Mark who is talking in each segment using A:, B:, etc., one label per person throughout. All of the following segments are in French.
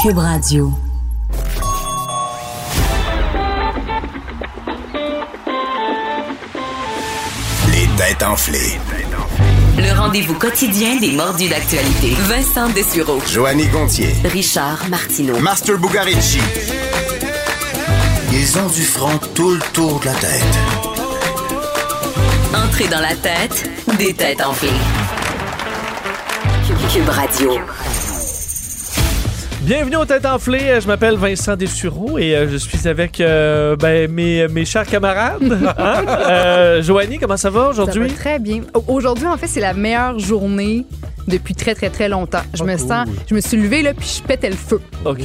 A: Cube Radio.
B: Les têtes enflées.
A: Le rendez-vous quotidien des mordus d'actualité. Vincent Dessureau.
B: Joanny Gontier.
A: Richard Martineau.
B: Master Bugarici. Ils ont du front tout le tour de la tête.
A: Entrée dans la tête des têtes enflées. Cube- Cube Radio.
C: Bienvenue aux Têtes Enflées, Euh, je m'appelle Vincent Dessureau et euh, je suis avec euh, ben, mes, mes chers camarades. Hein? Euh, Joanie, comment ça va
D: Ça va
C: aujourd'hui?
D: très bien. Au- Aujourd'hui, en fait, c'est la meilleure journée depuis très, très, très longtemps.
C: Oh,
D: Je me sens, je me suis levée, là, puis je pétais le feu.
C: OK.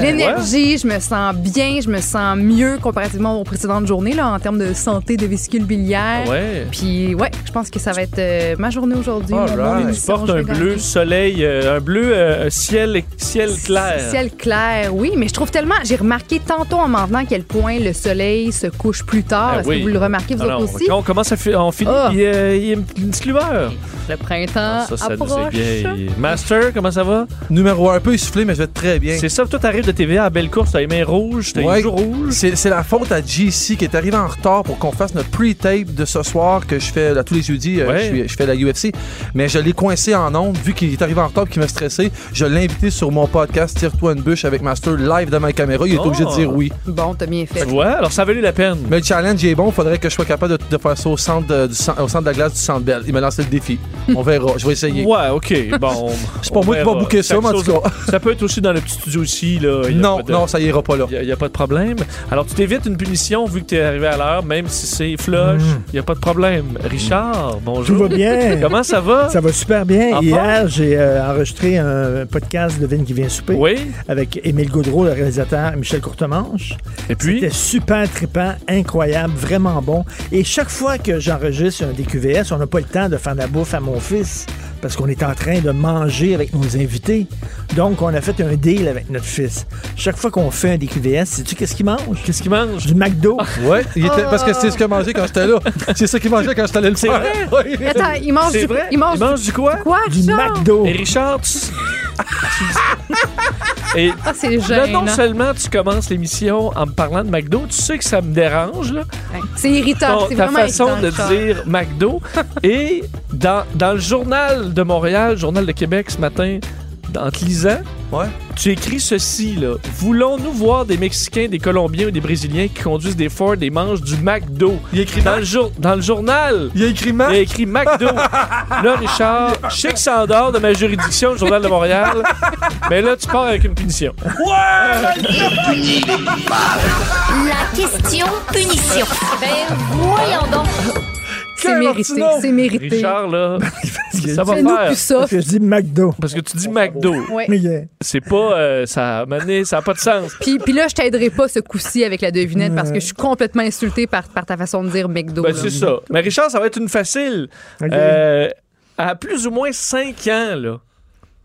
D: L'énergie, je me sens bien, je me sens mieux comparativement aux précédentes journées, là, en termes de santé de vésicule biliaire.
C: Ah Ouais.
D: hein? Puis, ouais, je pense que ça va être euh, ma journée aujourd'hui. mon- mon
C: Alright. Tu
D: émission,
C: portes
D: je
C: un
D: vais gagner.
C: bleu soleil, euh, un bleu euh, ciel, ciel clair.
D: Ciel clair, oui, mais je trouve tellement. J'ai remarqué tantôt en m'en venant à quel point le soleil se couche plus tard.
C: Ah
D: Est-ce
C: oui.
D: que vous le remarquez, vous
C: Ah non,
D: autres aussi?
C: on commence à fi- on finit,
D: Ah.
C: il, y a- il y a une petite lueur.
D: Le printemps
C: Ah, ça, ça nous
D: approche.
C: égaye. Master, comment ça va?
E: Numéro un, un peu essoufflé, mais je vais être très bien.
C: C'est ça, toi t'arrives de TVA à Belle Course, t'as les mains rouges, t'as
E: Ouais.
C: les joues rouges.
E: C'est c'est la faute à JC qui est arrivé en retard pour qu'on fasse notre pre-tape de ce soir que je fais là, tous les jeudis. euh,
C: Ouais.
E: je, suis- je fais la UFC. Mais je l'ai coincé en ondes vu qu'il est arrivé en retard et qu'il m'a stressé. Je l'ai invité sur mon podcast Tire-toi une bûche avec Master live de ma caméra. Il est
C: Oh.
E: obligé de dire oui.
D: Bon, t'as bien fait.
C: Tu vois, alors ça a valu la peine.
E: Mais le challenge il est bon. Il faudrait que je sois capable de, de faire ça au centre de, du cen- au centre de la glace du centre Bell. Il m'a lancé le défi. On verra. Je vais essayer.
C: Ouais, ok. Bon,
E: C'est pas moi qui vais booker ça, mais en tout cas.
C: Ça peut être aussi dans le petit studio aussi. Là. Il y a
E: Non,
C: pas de-
E: non, ça ira pas là.
C: Il n'y a, pas de problème. Alors, tu t'évites une punition vu que tu es arrivé à l'heure, même si c'est flush.
E: Mm.
C: Il n'y a pas de problème. Richard,
F: Tout va
C: bonjour.
F: bien.
C: Comment ça va?
F: Ça va super bien.
C: En
F: Hier, j'ai euh, enregistré un podcast de Vin qui vient souper
C: Oui.
F: avec Émile Gaudreau, le réalisateur, et Michel Courtemanche.
C: Et puis,
F: C'était super trippant, incroyable, vraiment bon. Et chaque fois que j'enregistre un DQVS, on n'a pas le temps de faire de la bouffe à mon fils parce qu'on est en train de manger avec nos invités. Donc, on a fait un deal avec notre fils. Chaque fois qu'on fait un DQVS, sais-tu qu'est-ce qu'il mange?
C: qu'est-ce qu'il mange?
F: Du McDo.
E: Ouais, il était- parce que c'est ce que mangeait quand j'étais là. C'est ça qu'il mangeait quand j'étais allé le
C: C'est
E: faire.
C: vrai?
D: Attends, il mange
C: C'est
D: du,
C: vrai?
D: il mange, du
C: du quoi?
D: quoi,
F: du
D: Richard?
F: McDo.
C: Et Richard, tu. tu- Et
D: Ah, c'est
C: là, non
D: gênant.
C: seulement tu commences l'émission en me parlant de McDo, tu sais que ça me dérange, là.
D: Ouais. C'est irritant,
C: Ton-
D: c'est
C: ta
D: vraiment
C: façon
D: irritant,
C: de
D: Richard.
C: dire McDo. Et dans, dans le journal de Montréal, Journal de Québec ce matin, en te lisant,
E: Ouais.
C: tu écris ceci, là. Voulons-nous voir des Mexicains, des Colombiens ou des Brésiliens qui conduisent des Ford et mangent du McDo?
E: Il a écrit
C: Dans
E: Mac.
C: le, jour- dans le journal,
E: Il a écrit Mac.
C: il y a écrit McDo. là, Richard, je sais que ça endort de ma juridiction, le Journal de Montréal, mais là, tu pars avec une punition.
G: La question punition. Ben voyons donc.
D: C'est mérité,
E: Martineau.
D: c'est mérité.
C: Richard, là, ça va
D: Fais-nous
C: faire.
D: plus ça.
F: Parce que je dis McDo.
C: Parce que tu dis McDo.
D: Ouais.
F: Mais, euh,
C: C'est pas. euh, ça a mené, ça n'a pas de sens.
D: Puis, puis là, je t'aiderai pas ce coup-ci avec la devinette parce que je suis complètement insultée par, par ta façon de dire McDo.
C: Ben,
D: là.
C: c'est ça. Mais Richard, ça va être une facile.
F: Ok.
C: Euh, à plus ou moins 5 ans, là,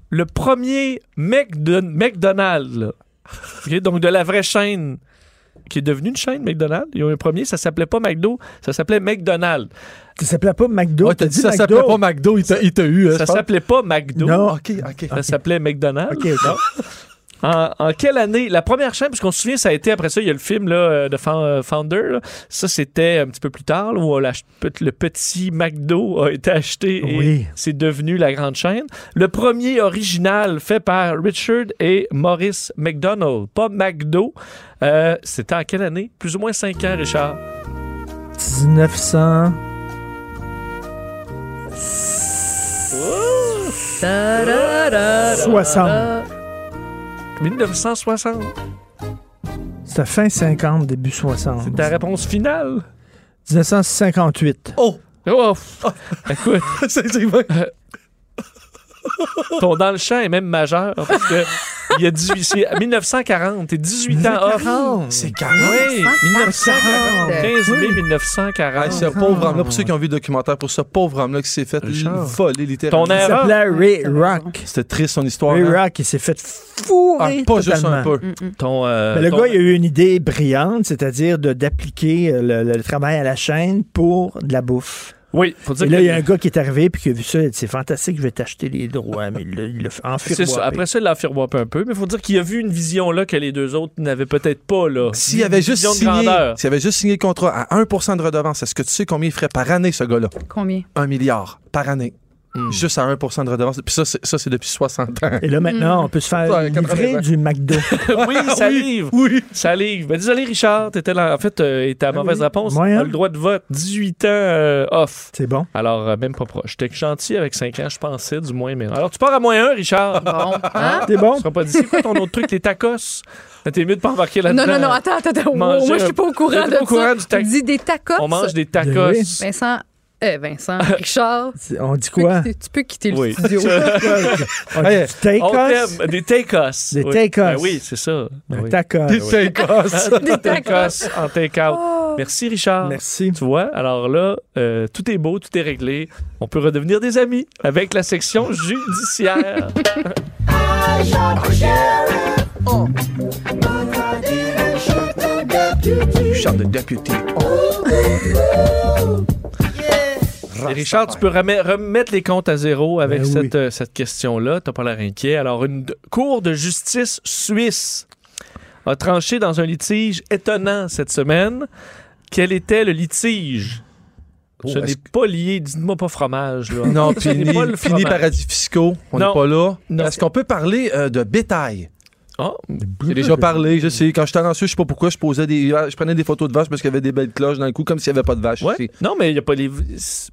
C: le premier McDo- McDonald's, là, ok, donc de la vraie chaîne, qui est devenue une chaîne McDonald's, il y a eu un premier, ça s'appelait pas McDo, ça s'appelait McDonald's.
F: Ça s'appelait pas McDo.
E: Ouais, t'as dit ça s'appelait pas McDo, il t'a il t'a eu. hein,
C: Ça
E: je pense.
C: s'appelait pas McDo,
F: Non. Ah,
E: Ok, ok.
C: ça s'appelait McDonald's.
F: OK, OK.
C: En, en quelle année? La première chaîne, parce qu'on se souvient, ça a été après ça, il y a le film là, euh, de Foun- euh, Founder. là. Ça, c'était un petit peu plus tard, là, où la ch- pet- le petit McDo a été acheté et
F: Oui.
C: c'est devenu la grande chaîne. Le premier original fait par Richard et Maurice McDonald, pas McDo. Euh, c'était en quelle année? Plus ou moins 5 ans, Richard.
F: 1900.
D: Ta-ra-ra-ra.
F: 60.
C: 1960.
F: C'était fin 50, début 60.
C: C'est ta réponse finale?
F: 1958.
E: Oh!
C: Oh! Écoute, Euh,
E: c'est c'est vrai.
C: ton dans le champ est même majeur parce que il y a 18, c'est 1940, t'es 18 ans off.
E: C'est
C: Oui, 1940. 15 mai
F: Oui.
E: Ah,
C: 1940.
E: ce pauvre homme-là, pour ceux qui ont vu le documentaire, pour ce pauvre homme-là qui s'est fait
C: Richard.
E: voler
C: Ton
E: littéralement.
F: Il
C: erreur.
F: s'appelait Ray Rock.
E: C'était triste son histoire.
F: Ray
E: hein.
F: Rock, il s'est fait fourrer
E: Ah, pas juste
F: totalement.
E: un peu.
C: Ton, euh,
F: Mais le
C: ton-
F: gars, il a eu une idée brillante, c'est-à-dire de- d'appliquer euh, le, le travail à la chaîne pour de la bouffe.
C: Oui, faut dire
F: Et là,
C: que-
F: il y a un gars qui est arrivé puis qui a vu ça. Il a dit C'est fantastique, je vais t'acheter les droits. Mais il l'a- il l'a fait
C: C'est ça.
F: enfiroiper.
C: Après ça, il l'a firmwapé un peu, mais il faut dire qu'il a vu une vision là que les deux autres n'avaient peut-être pas. là.
E: S'il
C: Une
E: avait, juste
C: vision de
E: signé-
C: grandeur.
E: s'il avait juste signé le contrat à 1 de redevance, est-ce que tu sais combien il ferait par année, ce gars-là?
D: Combien?
E: Un milliard par année.
C: Mm.
E: Juste à 1 de redevance. Puis ça, c'est, ça, c'est depuis 60 ans.
F: Et là, maintenant, on peut se faire
E: Ouais,
F: livrer
E: 80.
F: du McDo.
C: oui, ça arrive. Ça arrive. Ben, désolé, Richard, t'étais là. En fait, euh, t'as la mauvaise
F: oui.
C: réponse.
F: Ouais, hein?
C: T'as le droit de vote. 18 ans euh, off.
F: C'est bon.
C: Alors, euh, même pas proche. J'étais gentil avec 5 ans, je pensais, du moins. Mais... Alors, tu pars à moins 1, Richard.
D: Bon. Hein?
F: C'est
C: Tu
F: Ah bon.
C: seras pas dit, c'est quoi ton autre truc, les tacos? Ben, T'es mieux de pas embarquer là-dedans.
D: Non, non, non, attends, attends, attends.
C: Manger
D: moi, je
C: un-
D: suis pas au courant
C: T'es
D: de
C: pas au courant
D: ça.
C: du tac-
D: Tu dis des tacos.
C: On mange des tacos.
F: Oui.
D: Vincent, euh, Vincent, Richard, tu
F: On dit
D: peux,
F: quoi?
D: quitter- tu peux quitter le
C: Oui.
D: studio.
F: On dit steak
C: On
F: us?
C: t'aime. Des tacos.
F: Des
C: Oui.
F: tacos.
C: Ben oui, c'est ça. Ben
F: Un
C: oui.
F: tacos.
D: des tacos.
C: tacos en take-out.
D: Oh.
C: Merci, Richard.
F: Merci.
C: Tu vois, alors là, euh, tout est beau, tout est réglé. On peut redevenir des amis avec la section judiciaire.
E: Richard de député.
C: Et Richard, tu peux remet- remettre les comptes à zéro avec
F: Ben oui.
C: cette, euh, cette question-là. T'as pas l'air inquiet. Alors, une d- cour de justice suisse a tranché dans un litige étonnant cette semaine. Quel était le litige?
E: Oh,
C: Ce
E: est-ce
C: n'est pas lié, dites-moi pas fromage. Là.
E: Non,
C: Ce n'est
E: fini,
C: pas le
E: fini
C: fromage.
E: paradis fiscaux. On
C: Non.
E: n'est pas là.
C: Non.
E: Est-ce qu'on peut parler euh, de bétail?
C: Ah,
E: J'ai déjà parlé, je sais. Quand j'étais en Suisse, je sais pas pourquoi, je posais des, ah, je prenais des photos de vaches parce qu'il y avait des belles cloches dans le cou, comme s'il y avait pas de vaches.
C: ouais.
E: ici.
C: Non, mais il n'y a pas les,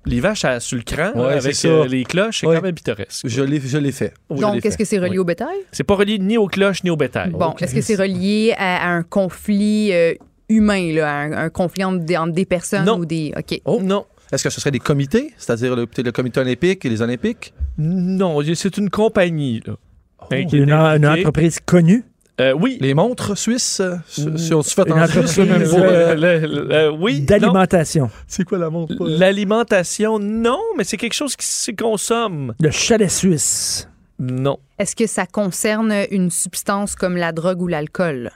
C: les vaches à, sur le cran
E: Ouais,
C: là,
E: c'est
C: avec
E: ça.
C: euh, les cloches. C'est
E: Ouais.
C: quand même pittoresque.
E: Je l'ai, je l'ai fait. Je l'ai
D: Donc,
E: fait.
D: est-ce que c'est relié
C: Oui.
D: au bétail?
C: C'est pas relié ni aux cloches ni au bétail.
D: Bon, est-ce que c'est relié à, à un conflit euh, humain, là, à un, un conflit entre des, entre des personnes
C: Non.
D: ou des. OK.
C: Oh non.
E: Est-ce que ce serait des comités, c'est-à-dire le, peut-être le comité olympique et les olympiques?
C: Non, y- c'est une compagnie. Là.
E: Oh.
C: Hein, qui est
F: Une, une
C: impliquée.
F: entreprise connue.
C: Euh, oui.
E: Les montres suisses, euh, si- si on se fait
F: Une
E: en Suisse,
F: entreprise,
E: le même
F: euh,
E: jour.
C: Euh, le- le- euh, oui. non.
F: d'alimentation.
E: C'est quoi la montre?
C: L'alimentation, non, mais c'est quelque chose qui se consomme.
F: Le chalet suisse.
C: Non.
D: Est-ce que ça concerne une substance comme la drogue ou l'alcool?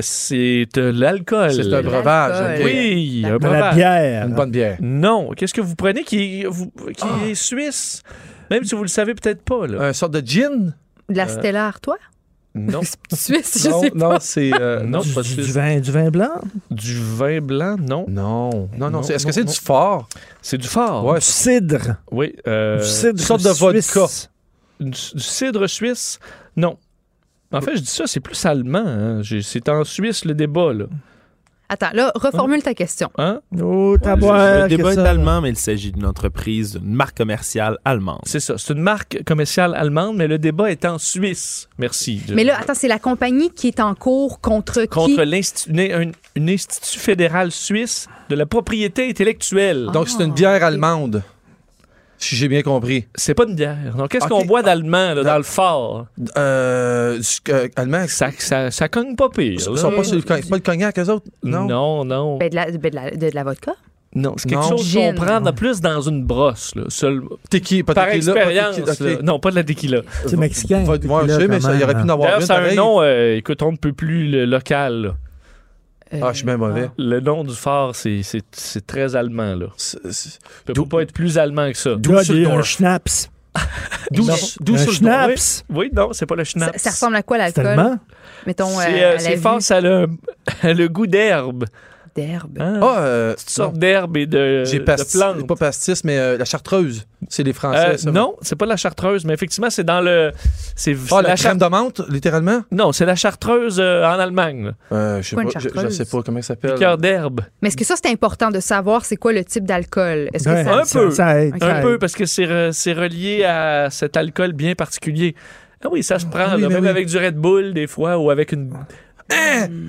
C: C'est de l'alcool.
E: C'est un
D: l'alcool.
E: breuvage. ok.
C: Oui, un
D: Dans
F: De la
C: breuvage.
F: bière.
E: Une bonne bière.
C: Non. Qu'est-ce que vous prenez qui, est- vous- qui
E: Ah.
C: est suisse? Même si vous le savez peut-être pas, là.
E: Un sorte de gin?
D: De
C: Euh,
D: la Stella Artois?
C: non.
D: Suisse, je
E: non,
D: sais pas.
E: non, c'est. euh, non,
C: Non,
F: Du,
C: pas
F: du
C: suisse.
F: vin, du vin blanc?
C: Du vin blanc, non.
E: non, non, non,
C: Non,
E: c'est- Est-ce
C: non,
E: que c'est
C: non.
E: du fort?
C: C'est du fort.
E: Ouais,
F: Du cidre.
C: Oui. euh,
F: du cidre.
E: une sorte de
F: suisse.
E: vodka.
C: du du cidre suisse, non. En fait, je dis ça, c'est plus allemand. hein. J'ai- C'est en Suisse le débat, là.
D: Attends, là, reformule ta question.
C: Hein?
F: Oh,
H: Le
F: taboire, que
H: débat est
F: ça.
H: allemand, mais il s'agit d'une entreprise, d'une marque commerciale allemande.
C: C'est ça. C'est une marque commerciale allemande, mais le débat est en Suisse. Merci.
D: Mais là, attends, c'est la compagnie qui est en cours contre, qui?
C: Contre l'institu- une, une- une institut fédéral suisse de la propriété intellectuelle.
D: Ah.
C: Donc,
E: Donc, c'est une bière allemande. Si j'ai bien compris.
C: c'est pas une bière. Donc, qu'est-ce
E: Ok.
C: qu'on boit d'allemand, là, dans le fort?
E: Euh, du- euh, allemand,
C: Ça, ça, ça cogne pas pire.
E: ils
C: là.
E: sont pas sur le, cognac- pas le cognac, eux autres? Non.
C: non, non.
D: Ben, de, la, ben, de, la, de la vodka?
C: Non, c'est quelque
E: Non.
C: chose
D: Gin.
C: qu'on prend de plus dans une brosse, là. Seul-
E: Tequila, pas
C: par
E: tequila, pas
C: expérience.
E: tequila, ok.
C: là. Non, pas de la tequila.
F: C'est mexicain.
E: Va- ouais, je sais, mais ça, il y aurait pu en
F: hein.
E: avoir
C: D'ailleurs,
E: une.
C: ça a un
E: pareil.
C: nom, euh, écoute, on ne peut plus le local. là. euh,
E: Ah, je suis bien mauvais.
C: Le nom du phare, c'est- c'est c'est très allemand. Là.
E: C'est- c'est-
C: ne peut pas être plus allemand que ça.
F: Là, des-
E: Dusseldorf.
F: un schnapps.
E: Douce-
C: Non.
E: douce
F: un
E: sur le doigt.
F: schnapps.
C: Oui, non, c'est pas le
D: Ça,
C: schnapps.
D: ça ressemble à quoi
F: C'est
D: l'alcool?
F: allemand.
D: Mettons, euh,
C: C'est euh,
D: à
C: c'est
D: la
C: fort,
D: vue
C: ça a le, le goût d'herbe.
D: d'herbe.
C: Hein?
E: Ah, euh,
C: Toutes sortes d'herbes et de,
E: j'ai
C: de
E: pastis,
C: plantes.
E: pas pastis, mais euh, la chartreuse. C'est les Français.
C: Euh,
E: ça.
C: non, c'est pas la chartreuse, mais effectivement, c'est dans le. C'est c'est
E: Ah, la,
C: char-
E: crème de menthe, littéralement?
C: Non, c'est la chartreuse euh, en Allemagne. là.
E: Euh, je sais
D: Quoi,
E: pas,
D: une
E: je- je
D: chartreuse?
E: sais pas comment ça s'appelle.
C: Liqueur d'herbe.
D: Mais est-ce que ça, c'est important de savoir c'est quoi le type d'alcool? Est-ce que
F: Ouais,
D: ça...
C: Un peu.
F: ça aide,
D: Un
F: ça
C: Un
F: aide.
C: peu, parce que c'est re- c'est relié à cet alcool bien particulier. Ah oui, ça se prend,
E: Oui,
C: là,
E: mais
C: même
E: oui.
C: avec du Red Bull, des fois, ou avec une.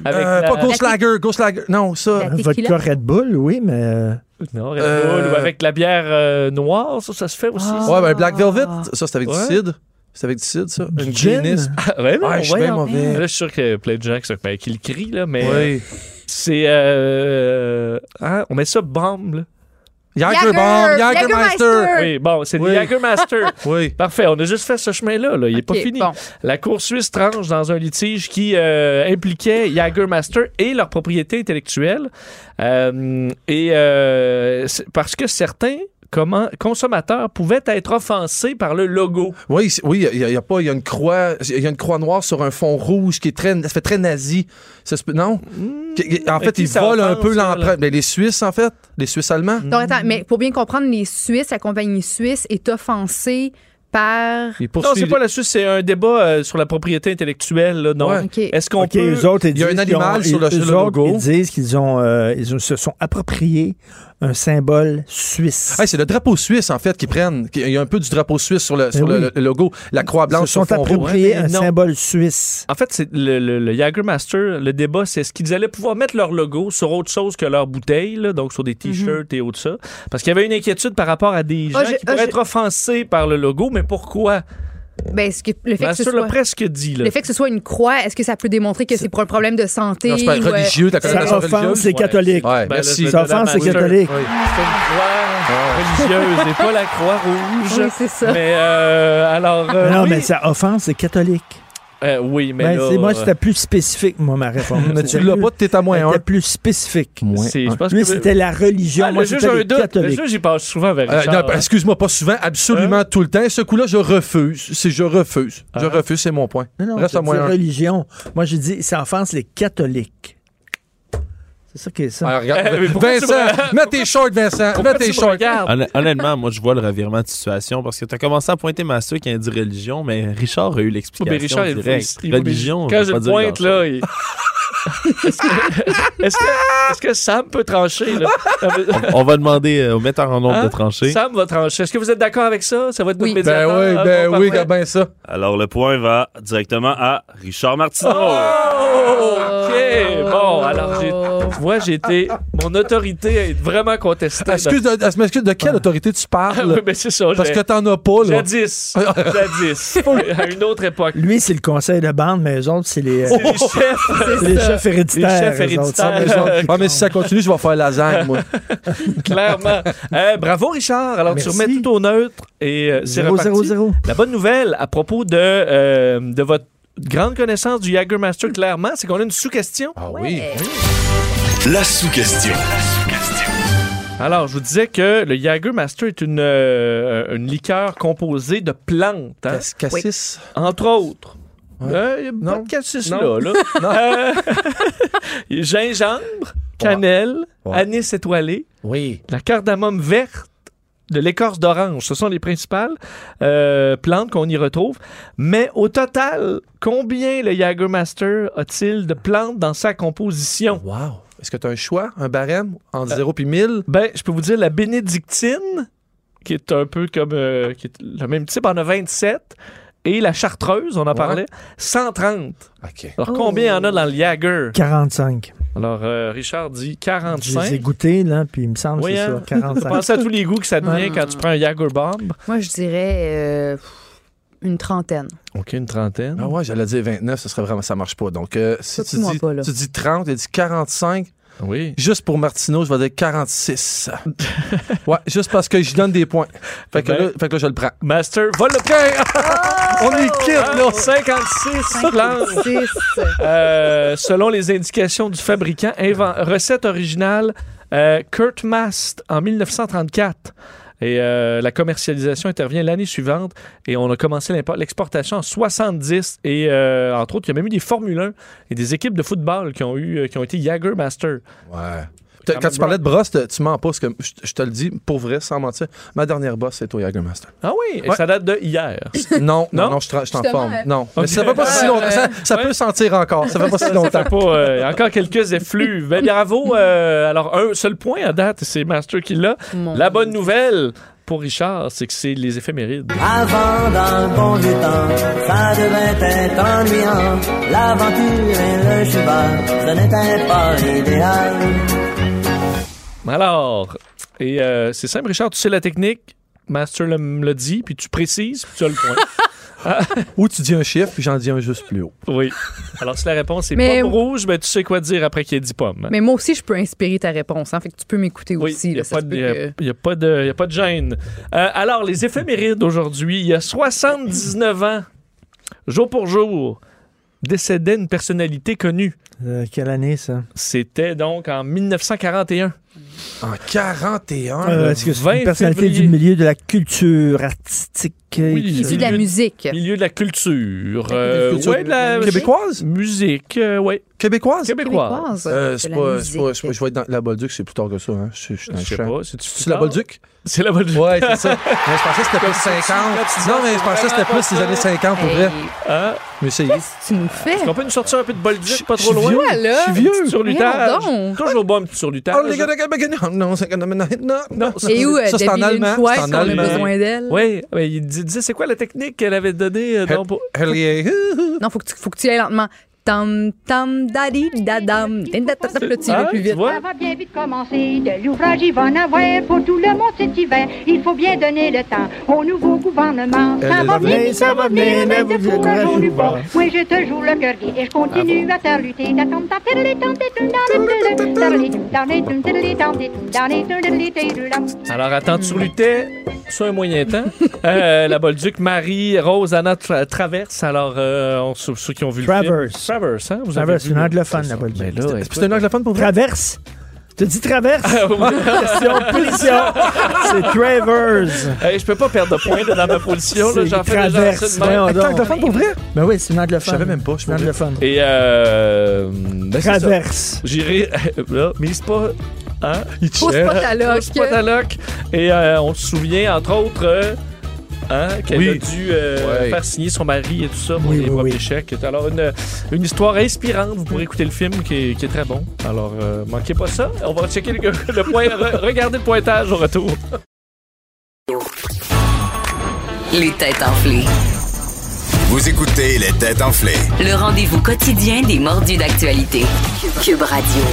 C: avec
E: Euh,
C: la-
E: Pas Ghost Lager, Ghost Lager. Non, ça.
D: La-
F: Un Vodka
D: Tequila.
F: Red Bull, oui, mais euh,
C: Non, Red
E: Euh,
C: Bull, ou avec la bière euh, noire, ça, ça se fait aussi.
D: Ah.
E: Ouais, ben Black Velvet, ça, c'est avec
C: Ouais.
E: du cidre. C'est avec du cidre, ça.
F: Du
E: Une
F: gin.
E: Guinness.
C: Ah, vraiment?
E: Ah, je suis bien
C: Voyons.
E: mauvais.
C: Là, je suis sûr qu'il y a plein de gens qui, se- ben, qui le crient, là, mais
E: Oui.
C: c'est. euh, hein, on met ça bombe, là.
E: Jagerbomb,
D: Jager,
E: Jagermeister.
D: Jagermeister.
C: Oui, bon, c'est
E: Oui.
C: le Jagermaster.
E: Oui.
C: Parfait, on a juste fait ce chemin-là, là. il n'est pas
D: Ok,
C: fini.
D: bon.
C: La Cour suisse tranche dans un litige qui euh, impliquait Jagermaster et leur propriété intellectuelle. Euh, et euh, c'est- parce que certains comment consommateurs pouvaient être offensés par le logo.
E: Oui, c'est- oui, il y, a- il y a pas, il y a une croix, il y a une croix noire sur un fond rouge qui est très, ça fait très nazi. Ça se peut- non. Qui- en
C: à
E: fait,
C: Hmm, qui
E: ils
C: ça
E: volent un
C: offense,
E: peu
C: ça, là?
E: l'empreinte. Ben, les Suisses, en fait, les Suisses allemands.
D: Donc, attends, mais pour bien comprendre, les Suisses, la compagnie suisse est offensée par.
E: Ils
C: Non, c'est
E: poursuivent-
C: pas la Suisse, c'est un débat euh, sur la propriété intellectuelle. Là, non.
E: Ouais.
D: OK.
C: Est-ce qu'on
F: OK,
C: peut...
F: eux autres, ils
E: Il y a
F: disent
E: un
F: qu'ils
E: animal
F: ont-
E: sur le-
F: ils-
E: sur le
F: eux autres,
E: logo.
F: Ils disent qu'ils ont, euh, ils ont- se sont appropriés un symbole suisse.
E: Hey, c'est le drapeau suisse, en fait, qu'ils prennent. Qui- Il y a un peu du drapeau suisse sur le, sur
F: Eh oui.
E: le- le logo. La croix
F: Ils se
E: blanche sur
F: sont
E: fond rouge.
F: appropriés
C: ouais, mais
F: un
C: non.
F: symbole suisse.
C: En fait, c'est le, le, le Jagermaster, le débat, c'est est-ce qu'ils allaient pouvoir mettre leur logo sur autre chose que leur bouteille, là, donc sur des t-shirts et autres ça. Parce qu'il y avait une inquiétude par rapport à des gens
D: Mhm. Ah, j'ai-
C: qui pourraient
D: ah, j'ai-
C: être offensés par le logo, mais pourquoi?
D: Ben, est-ce que le fait que ce
C: Master l'a
D: soit.
C: presque dit. Là.
D: Le fait que ce soit une croix, est-ce que ça peut démontrer que c'est pour un problème de santé?
E: Non, c'est pas
D: ou, euh,
E: religieux, t'as
F: Ça
E: connotation
F: offense
E: religieuse.
F: les
C: Ouais.
F: catholiques.
E: Ouais,
C: Ben,
E: merci.
C: là, je
F: Ça
C: me donne
F: offense
C: à
F: les
C: Master.
F: catholiques.
C: Oui. C'est une croix religieuse et pas la croix rouge.
D: Oui, c'est ça.
C: Mais euh, alors. euh,
F: non,
C: oui.
F: mais ça offense les catholiques.
C: Euh, oui, mais
F: Ben,
C: là,
F: c'est moi,
C: euh,
F: c'était plus spécifique, moi, ma réponse.
E: Mais tu l'as pas, t'es à moins un.
F: C'était plus spécifique.
C: euh, c'est- je pense
F: Lui,
C: que-
F: c'était la religion.
C: Ah,
F: moi,
C: le juge
F: c'était
C: a un
F: les
C: doute. Le
F: catholiques.
C: juge, j'y passe souvent vers
E: Euh,
C: Richard.
E: non, excuse-moi, pas souvent, absolument tout le temps. Ce coup-là, je refuse. C'est je refuse. Je
C: Hein? Ah.
E: refuse, c'est mon point.
F: Non, non,
E: Reste
F: j'ai
E: à moins
F: dit
E: un.
F: religion. Moi, j'ai dit, ça offense les catholiques. C'est ça qui est ça.
E: Ah, regarde.
C: Eh, mais pourquoi tu
E: Vincent,
C: me-
E: mets tes shorts, Vincent. Mets tes shorts.
H: Honn- Honnêtement, moi, je vois le revirement de situation parce que tu as commencé à pointer Masseux qui a dit religion, mais Richard a
C: Oh,
H: eu
C: ben,
H: l'explication
C: Richard, il-
H: directe.
C: il- il-
H: religion,
C: Quand
H: veut
C: je
H: pas
C: le
H: dire
C: pointe,
H: grand-chose.
C: là, il- Est-ce que, est-ce que- est-ce que Sam peut trancher? Là?
H: On va demander euh, au metteur en nombre
C: Hein?
H: de trancher.
C: Sam va trancher. Est-ce que vous êtes d'accord avec ça? Ça va être notre
D: Oui.
E: Ben
C: médiateur?
E: oui,
C: Ah,
E: ben
C: bon,
E: oui,
C: parfait.
E: regarde bien ça.
I: Alors, le point va directement à Richard Martineau.
C: Oh, OK. Bon, alors, j'ai- tu vois, j'ai été... Mon autorité est vraiment contestée.
F: Ah,
E: Excuse de, excuse, de quelle autorité tu
C: Ah, oui,
E: parles?
C: mais c'est ça.
E: Parce
C: j'ai-
E: que t'en as pas, là.
C: Jadis. Jadis. à une autre époque.
F: Lui, c'est le conseil de bande, mais eux autres, c'est les,
C: C'est les chefs.
F: c'est les chefs héréditaires.
C: Les chefs
F: eux autres. Ça,
C: héréditaires.
F: mais genre,
E: Ah, mais si ça continue, je vais faire lasagne, moi.
C: Clairement. Euh, bravo, Richard. Alors,
F: Merci.
C: tu remets tout au neutre et euh, c'est
F: zéro,
C: reparti.
F: zéro, zéro.
C: La bonne nouvelle à propos de, euh, de votre grande connaissance du Jagermaster, clairement, c'est qu'on a une sous-question.
E: Ah oui.
B: La sous-question.
C: Alors, je vous disais que le Jagermaster est une, euh, une liqueur composée de plantes, hein,
E: Cas- Cassis.
C: entre autres.
E: Ouais.
C: Euh, y a pas
E: Non.
C: de cassis
E: Non.
C: là. là. Euh, gingembre, cannelle,
E: Ouais.
C: anis étoilé,
E: Oui.
C: la cardamome verte, de l'écorce d'orange. Ce sont les principales euh, plantes qu'on y retrouve. Mais au total, combien le Jagermaster a-t-il de plantes dans sa composition?
E: Wow. Est-ce que t'as un choix, un barème, entre 0 puis 1000?
C: Ben, je peux vous dire la bénédictine, qui est un peu comme... euh, qui est le même type, en a 27. Et la chartreuse, on en parlait, 130.
E: OK.
C: Alors, combien il y en a dans le Jager?
F: 45.
C: Alors, euh, Richard dit
F: Je les ai
C: 45.
F: goûtés, là, puis il me semble que
C: Oui,
F: c'est
C: hein?
F: ça, 45.
C: Pensez à tous les goûts que ça devient quand tu prends un Jager Bomb.
D: Moi, je dirais euh, une trentaine.
C: OK, une trentaine.
E: Ah ouais, j'allais dire 29, ce serait vraiment, ça marche pas. Donc, euh, si tu
D: Surtout moi
E: dis,
D: pas, là.
E: tu dis 30, il dit 45.
C: Oui.
E: Juste pour Martineau, je vais dire 46. ouais, juste parce que je donne des points. Fait que,
C: Ben.
E: là, fait que là, je le prends.
C: Master, va le prendre! On est quitte, là, 56 plantes.
D: Six.
C: Euh, selon les indications du fabricant, invent- recette originale euh, Kurt Mast en 1934. Et euh, la commercialisation intervient l'année suivante et on a commencé l'import- l'exportation en 70 et euh, entre autres, il y a même eu des Formule 1 et des équipes de football qui ont eu euh, qui ont été Jager Master.
E: Ouais. Quand tu parlais de brosse, te- tu mens pas, parce que je je te le dis pour vrai, sans mentir. Ma dernière brosse, c'est toi, Jagermaster.
C: Ah oui, et
E: Ouais.
C: ça date de hier.
E: Non, non,
C: Non?
E: non, je tra- je t'en
D: Justement,
E: forme.
D: euh,
E: Non. Mais
C: Ok.
E: ça fait pas si longtemps. Ça, ça peut sentir encore. Ça fait pas si longtemps.
C: Fait pas, euh, encore quelques effluves. Mais bravo. euh, alors, un seul point à date, c'est Master qui l'a.
D: Mon
C: La bonne nouvelle pour Richard, c'est que c'est les éphémérides.
J: Avant dans le bon vieux temps, ça devait être ennuyant. L'aventure et le cheval, ce n'était pas l'idéal.
C: Alors, et euh, c'est simple, Richard, tu sais la technique. Master le- me l'a dit, puis tu précises, puis tu as le point.
E: Ou tu dis un chiffre, puis j'en dis un juste plus haut.
C: oui. Alors, si la réponse est
D: Mais-
C: pomme rouge, ben, tu sais quoi dire après qu'il ait dit pomme.
D: Mais moi aussi, je peux inspirer ta réponse. Hein, fait que tu peux m'écouter
C: Oui,
D: aussi.
C: il n'y
D: là,
C: a,
D: ça
C: pas
D: se
C: de-
D: peut
C: y a-
D: que-
C: y a pas de y a pas de gêne. Euh, alors, les éphémérides aujourd'hui, il y a 79 ans, jour pour jour, décédait une personnalité connue.
F: Euh, quelle année, ça?
C: C'était donc en 1941.
E: En 41.
F: Euh,
E: le
F: Est-ce que c'est
C: 20
F: une personnalité
C: février.
F: du milieu de la culture artistique? euh,
C: Oui,
F: qui-
D: Issu de la
C: Milieu-
D: musique.
C: Milieu de la culture.
E: Euh,
C: Euh,
E: culture
C: ouais, de la
E: Québécoise?
C: musique. euh, ouais,
E: Québécoise?
C: québécoise.
D: Québécoise.
E: Euh,
D: de
E: c'est
D: la
E: pas,
D: musique.
E: c'est pas, je je vais être dans la Bolduc, c'est plus tard que ça. Hein. Je, suis- je suis dans
C: Je
E: le
C: sais
E: champ.
C: pas. C'est-tu
E: C'est la Bolduc?
C: C'est la Bolduc.
E: Ouais, c'est ça. mais je pensais que c'était plus 50.
C: tu
E: Non,
C: dis,
E: mais je
C: c'est
E: pensais que c'était
C: vraiment
E: plus
C: pas
E: les années 50 pour vrai.
D: Hey,
C: Hein?
E: Mais c'est.
D: Qu'est-ce que tu nous fais?
C: Est-ce qu'on peut nous sortir un peu de Bolduc, pas
E: Je-
C: trop
E: je suis
C: loin?
E: vieux.
D: Voilà.
E: Je suis vieux.
C: Surlutage.
D: Voyons donc.
C: Toujours bon, un petit surlutage.
E: Oh, les gars, les gars, les gars, non, c'est non, non, non.
D: Et où, euh,
E: Ça, c'est en
D: Debbie
E: allemand.
D: Lynn White,
E: C'est en
D: qu'on a
E: allemand.
D: besoin d'elle?
C: Oui, mais il dis- disait c'est quoi la technique qu'elle avait donnée euh, donc, pour-
E: Hell yeah.
D: Non, faut que tu, faut que tu y ailles lentement. Tam, tam, daddy, dadam. Din, da, da, da, Là, tu y vas
C: Ah,
D: plus vite.
C: tu vois?
K: Ça va bien vite commencer, de l'ouvrage il va en avoir pour tout le monde cet hiver. Il faut bien donner le temps au nouveau gouvernement. Ça
E: Elle
K: va
E: est
K: bien
E: vraie,
K: vite, ça va bien, mais de courage on eut pas. Oui, je te joue le cœur gai et je continue à te lutter. D'attendre ta faire les temps, t'es tout dans les tuiles, dans les tuiles, dans les tuiles, dans les temps, t'es tout dans les tuiles, dans les tuiles, dans les tuiles.
C: Alors, attends, tu lutais, soit un moyen temps. Euh, la Bolduc, Marie, Rose, Anna tra- traverse. Alors, euh, on, ceux, ceux qui ont vu le film.
F: Traverse.
C: Traverse, hein? Vous avez
F: Traverse,
C: vu
F: une
C: le-
F: anglophone, la Bolduc.
C: Mais là,
E: Puis C'est un anglophone pour vrai?
F: Traverse. Tu dis traverse? Question, position. C'est Travers.
C: Hey, je peux pas perdre de points là, dans ma position. là.
F: C'est
C: J'en fais déjà
F: traverse,
C: assez de
F: voyons
C: même.
E: C'est un anglophone pour vrai?
F: Ben oui, c'est une anglophone.
E: Je savais même pas, je
F: C'est une
E: savais
F: anglophone.
C: Et euh, ben, c'est ça.
F: Traverse.
C: J'irai. euh, Là, mais c'est pas. Hein? Il
D: Pose pas ta loque.
C: pas ta loque. Et euh, on se souvient, entre autres, euh, hein, qu'elle
E: Oui.
C: a dû euh,
E: Ouais.
C: faire signer son mari et tout ça pour
F: Oui,
C: les
F: oui,
C: boîtes
F: oui.
C: d'échecs. Alors, une, une histoire inspirante. Vous pourrez écouter le film qui est, qui est très bon. Alors, euh, manquez pas ça. On va checker le, le point. re- regardez le pointage au retour.
A: Les têtes enflées.
B: Vous écoutez les têtes enflées.
A: Le rendez-vous quotidien des mordus d'actualité. Cube Radio.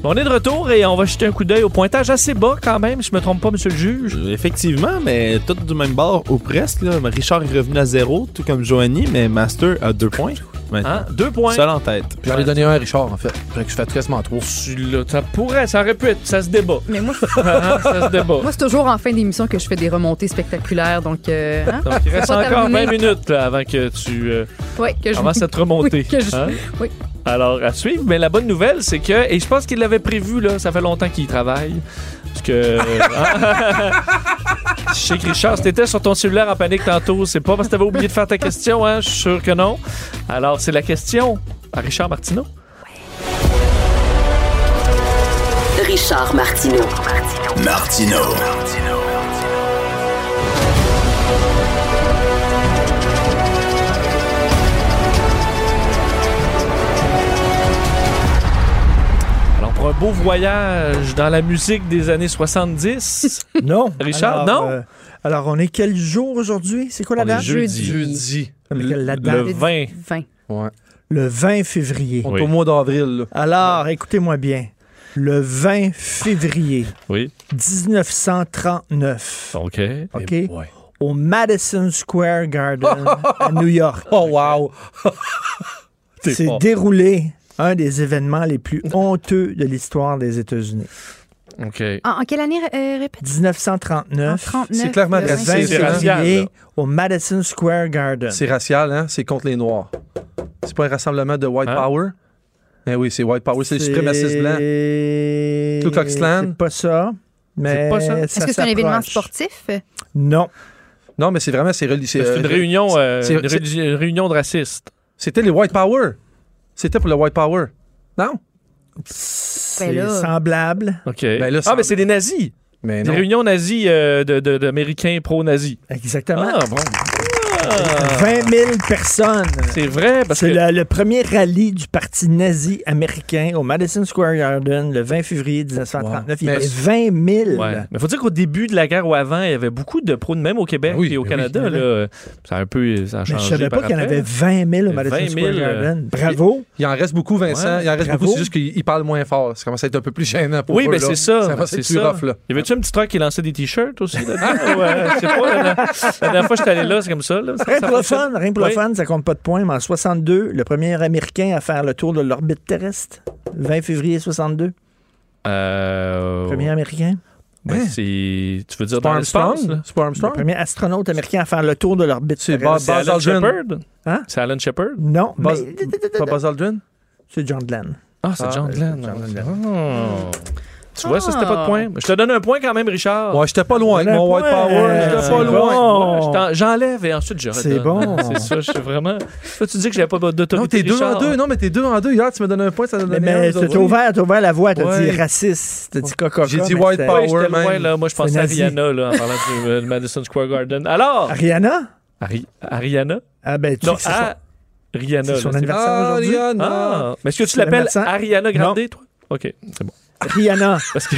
C: Bon, on est de retour et on va jeter un coup d'œil au pointage assez bas quand même, si je me trompe pas, monsieur le juge.
H: Euh, Effectivement, mais tout du même bord ou presque. Là. Richard est revenu à zéro, tout comme Joanie, mais Master a deux points. maintenant.
C: Hein? Deux points.
H: Seul en tête.
E: J'en ai donné un à Richard, en fait. Fait que je fais quasiment trois.
C: Tu l'as- ça pourrait, ça aurait pu être, ça se débat.
D: Mais moi,
C: Hein, ça se débat.
D: moi c'est toujours en fin d'émission que je fais des remontées spectaculaires. Donc, euh, hein?
C: Donc, il reste
D: pas
C: encore 20
D: terminé.
C: minutes là, avant que tu euh,
D: Ouais, que je.
C: commences à te remonter.
D: Oui, que je-
C: hein?
D: oui.
C: Alors, à suivre. Mais la bonne nouvelle, c'est que, et je pense qu'il l'avait prévu, là, ça fait longtemps qu'il y travaille. Parce que. hein? Je sais que Richard, si t'étais sur ton cellulaire en panique tantôt, c'est pas parce que t'avais oublié de faire ta question, hein? Je suis sûr que non. Alors, c'est la question à Richard Martineau.
A: Richard Martineau.
B: Martino.
C: Alors, pour un beau voyage dans la musique des années 70,
F: Non.
C: Richard,
F: Alors,
C: non.
F: euh, alors, on est quel jour aujourd'hui? C'est quoi la
C: On est
F: date?
C: jeudi.
E: Jeudi.
F: Quelle la date?
C: le 20.
D: 20.
E: Ouais.
F: Le 20 février.
E: On
C: Oui.
E: est au mois d'avril, là.
F: Alors, écoutez-moi bien. Le 20 février
C: Oui.
F: 1939,
C: OK.
F: OK?
E: eh
F: Au Madison Square Garden à New York,
E: Oh, wow! T'es
F: s'est
E: fort.
F: déroulé un des événements les plus honteux de l'histoire des États-Unis.
C: OK.
D: En, en quelle année, euh, répète? En Euh,
F: 1939,
D: 39,
E: c'est clairement
D: le
E: la
F: 20
D: vingt.
E: C'est-
C: c'est racial,
F: février,
C: là.
F: au Madison Square Garden.
E: C'est racial, hein? C'est contre les Noirs. C'est pas un rassemblement de White
C: Hein?
E: Power? Eh oui, c'est White Power, c'est les suprémacistes blancs. Ku Klux Klan.
F: C'est pas ça. Mais
C: C'est pas ça.
D: Est-ce que c'est un événement Ben
F: s'approche.
D: sportif?
F: Non.
E: Non, mais c'est vraiment, c'est reli-
C: C'est une
E: euh,
C: réunion, euh,
E: c'est-
C: une
E: c'est-
C: réuni- une réunion de racistes.
E: C'était les White Power. C'était pour le White Power. Non?
F: C'est
D: là-
F: semblable.
C: OK.
E: Ben là, ça-
C: ah, mais c'est des nazis.
E: Mais
C: Des
E: non.
C: réunions nazies euh, de- de- d'Américains pro-nazis.
F: Exactement.
C: Ah, bon. Ah.
F: 20 000 personnes.
C: C'est vrai, parce que...
F: C'est le, le premier rallye du parti nazi américain au Madison Square Garden le 20 février 1939. Il y
E: Mais-
F: avait 20 000.
C: Ouais. Mais faut dire qu'au début de la guerre ou avant, il y avait beaucoup de pros, même au Québec
E: Ben oui,
C: et au
E: ben
C: Canada.
E: oui.
C: là, ça a un peu ça a
F: Mais
C: changé.
F: je savais
C: par
F: pas qu'il y en
C: après.
F: avait 20 000 au Madison
C: 20 000,
F: Square Garden.
C: euh,
F: Bravo.
E: Il en reste beaucoup, Vincent.
C: Ouais,
E: il en reste
F: bravo.
E: beaucoup. C'est juste qu'il parle moins fort. Ça commence à être un peu plus gênant pour
C: Oui,
E: eux,
C: mais
E: là.
C: c'est ça.
E: Ça commence à
C: c'est
E: être plus
C: ça.
E: rough, là. Ah,
C: Il y avait-tu un petit truck qui lançait des t-shirts aussi? là-dedans? Ou, euh, je sais pas, la, la dernière fois que j'étais allé là, c'est comme ça. là. Ça-
F: Rien
C: ça
F: pour le
C: fonctionne.
F: fun, rien pour le
C: Oui.
F: fun, ça compte pas de points, mais en 62, le premier Américain à faire le tour de l'orbite terrestre, 20 février 62,
C: Euh,
E: Oh.
F: premier Américain,
E: Hein?
C: ben, c'est- tu veux dire
E: C'est pas
C: dans l'espace?
E: Armstrong?
C: là?
E: C'est pas
F: le
E: Armstrong?
F: premier astronaute américain à faire le tour de l'orbite
E: C'est
F: terrestre.
C: C'est Alan
E: Buzz Aldrin.
C: Shepard?
F: Hein?
C: C'est Alan Shepard?
F: Non, mais
E: Buzz- Pas Buzz Aldrin?
F: c'est John Glenn.
C: Ah, c'est
E: Ah,
C: John
E: euh,
C: Glenn.
E: John
C: Oh. Tu vois, ça, c'était pas de point. Je te donne un point quand même, Richard.
E: Ah. Ouais, j'étais pas loin avec
C: Donne un
E: mon white
C: point.
E: power. J'étais
C: C'est
E: pas loin.
C: bon. Ouais, je t'en- J'enlève et ensuite je redonne.
E: C'est bon.
C: C'est ça, je suis vraiment. Toi, tu dis que j'avais pas d'autorité.
E: Non, t'es deux en
C: Richard. hein.
E: deux. Non, mais t'es deux en deux. Hier, tu m'as donné un point, ça
F: Mais,
E: donne
F: mais t'as t'as ouvert, t'as ouvert la voix, t'as
E: Ouais.
F: dit raciste, t'as dit coca
E: J'ai dit white power,
C: Ouais, j'étais loin,
E: man.
C: là. Moi, je
E: C'est
C: pensais à
E: nazi.
C: Rihanna, là, en parlant du euh, Madison Square Garden. Alors!
F: Rihanna?
C: Ari- Ariana?
F: Ah, ben, tu
C: non,
F: sais que c'est
C: à Rihanna.
F: c'est son
C: là,
F: anniversaire
C: Ah,
F: aujourd'hui.
C: Rihanna. Ah, mais est-ce que tu
F: C'est
C: l'appelles
F: l'anniversaire?
C: Ariana Grande, toi? OK, c'est bon.
F: Rihanna.
C: Parce que.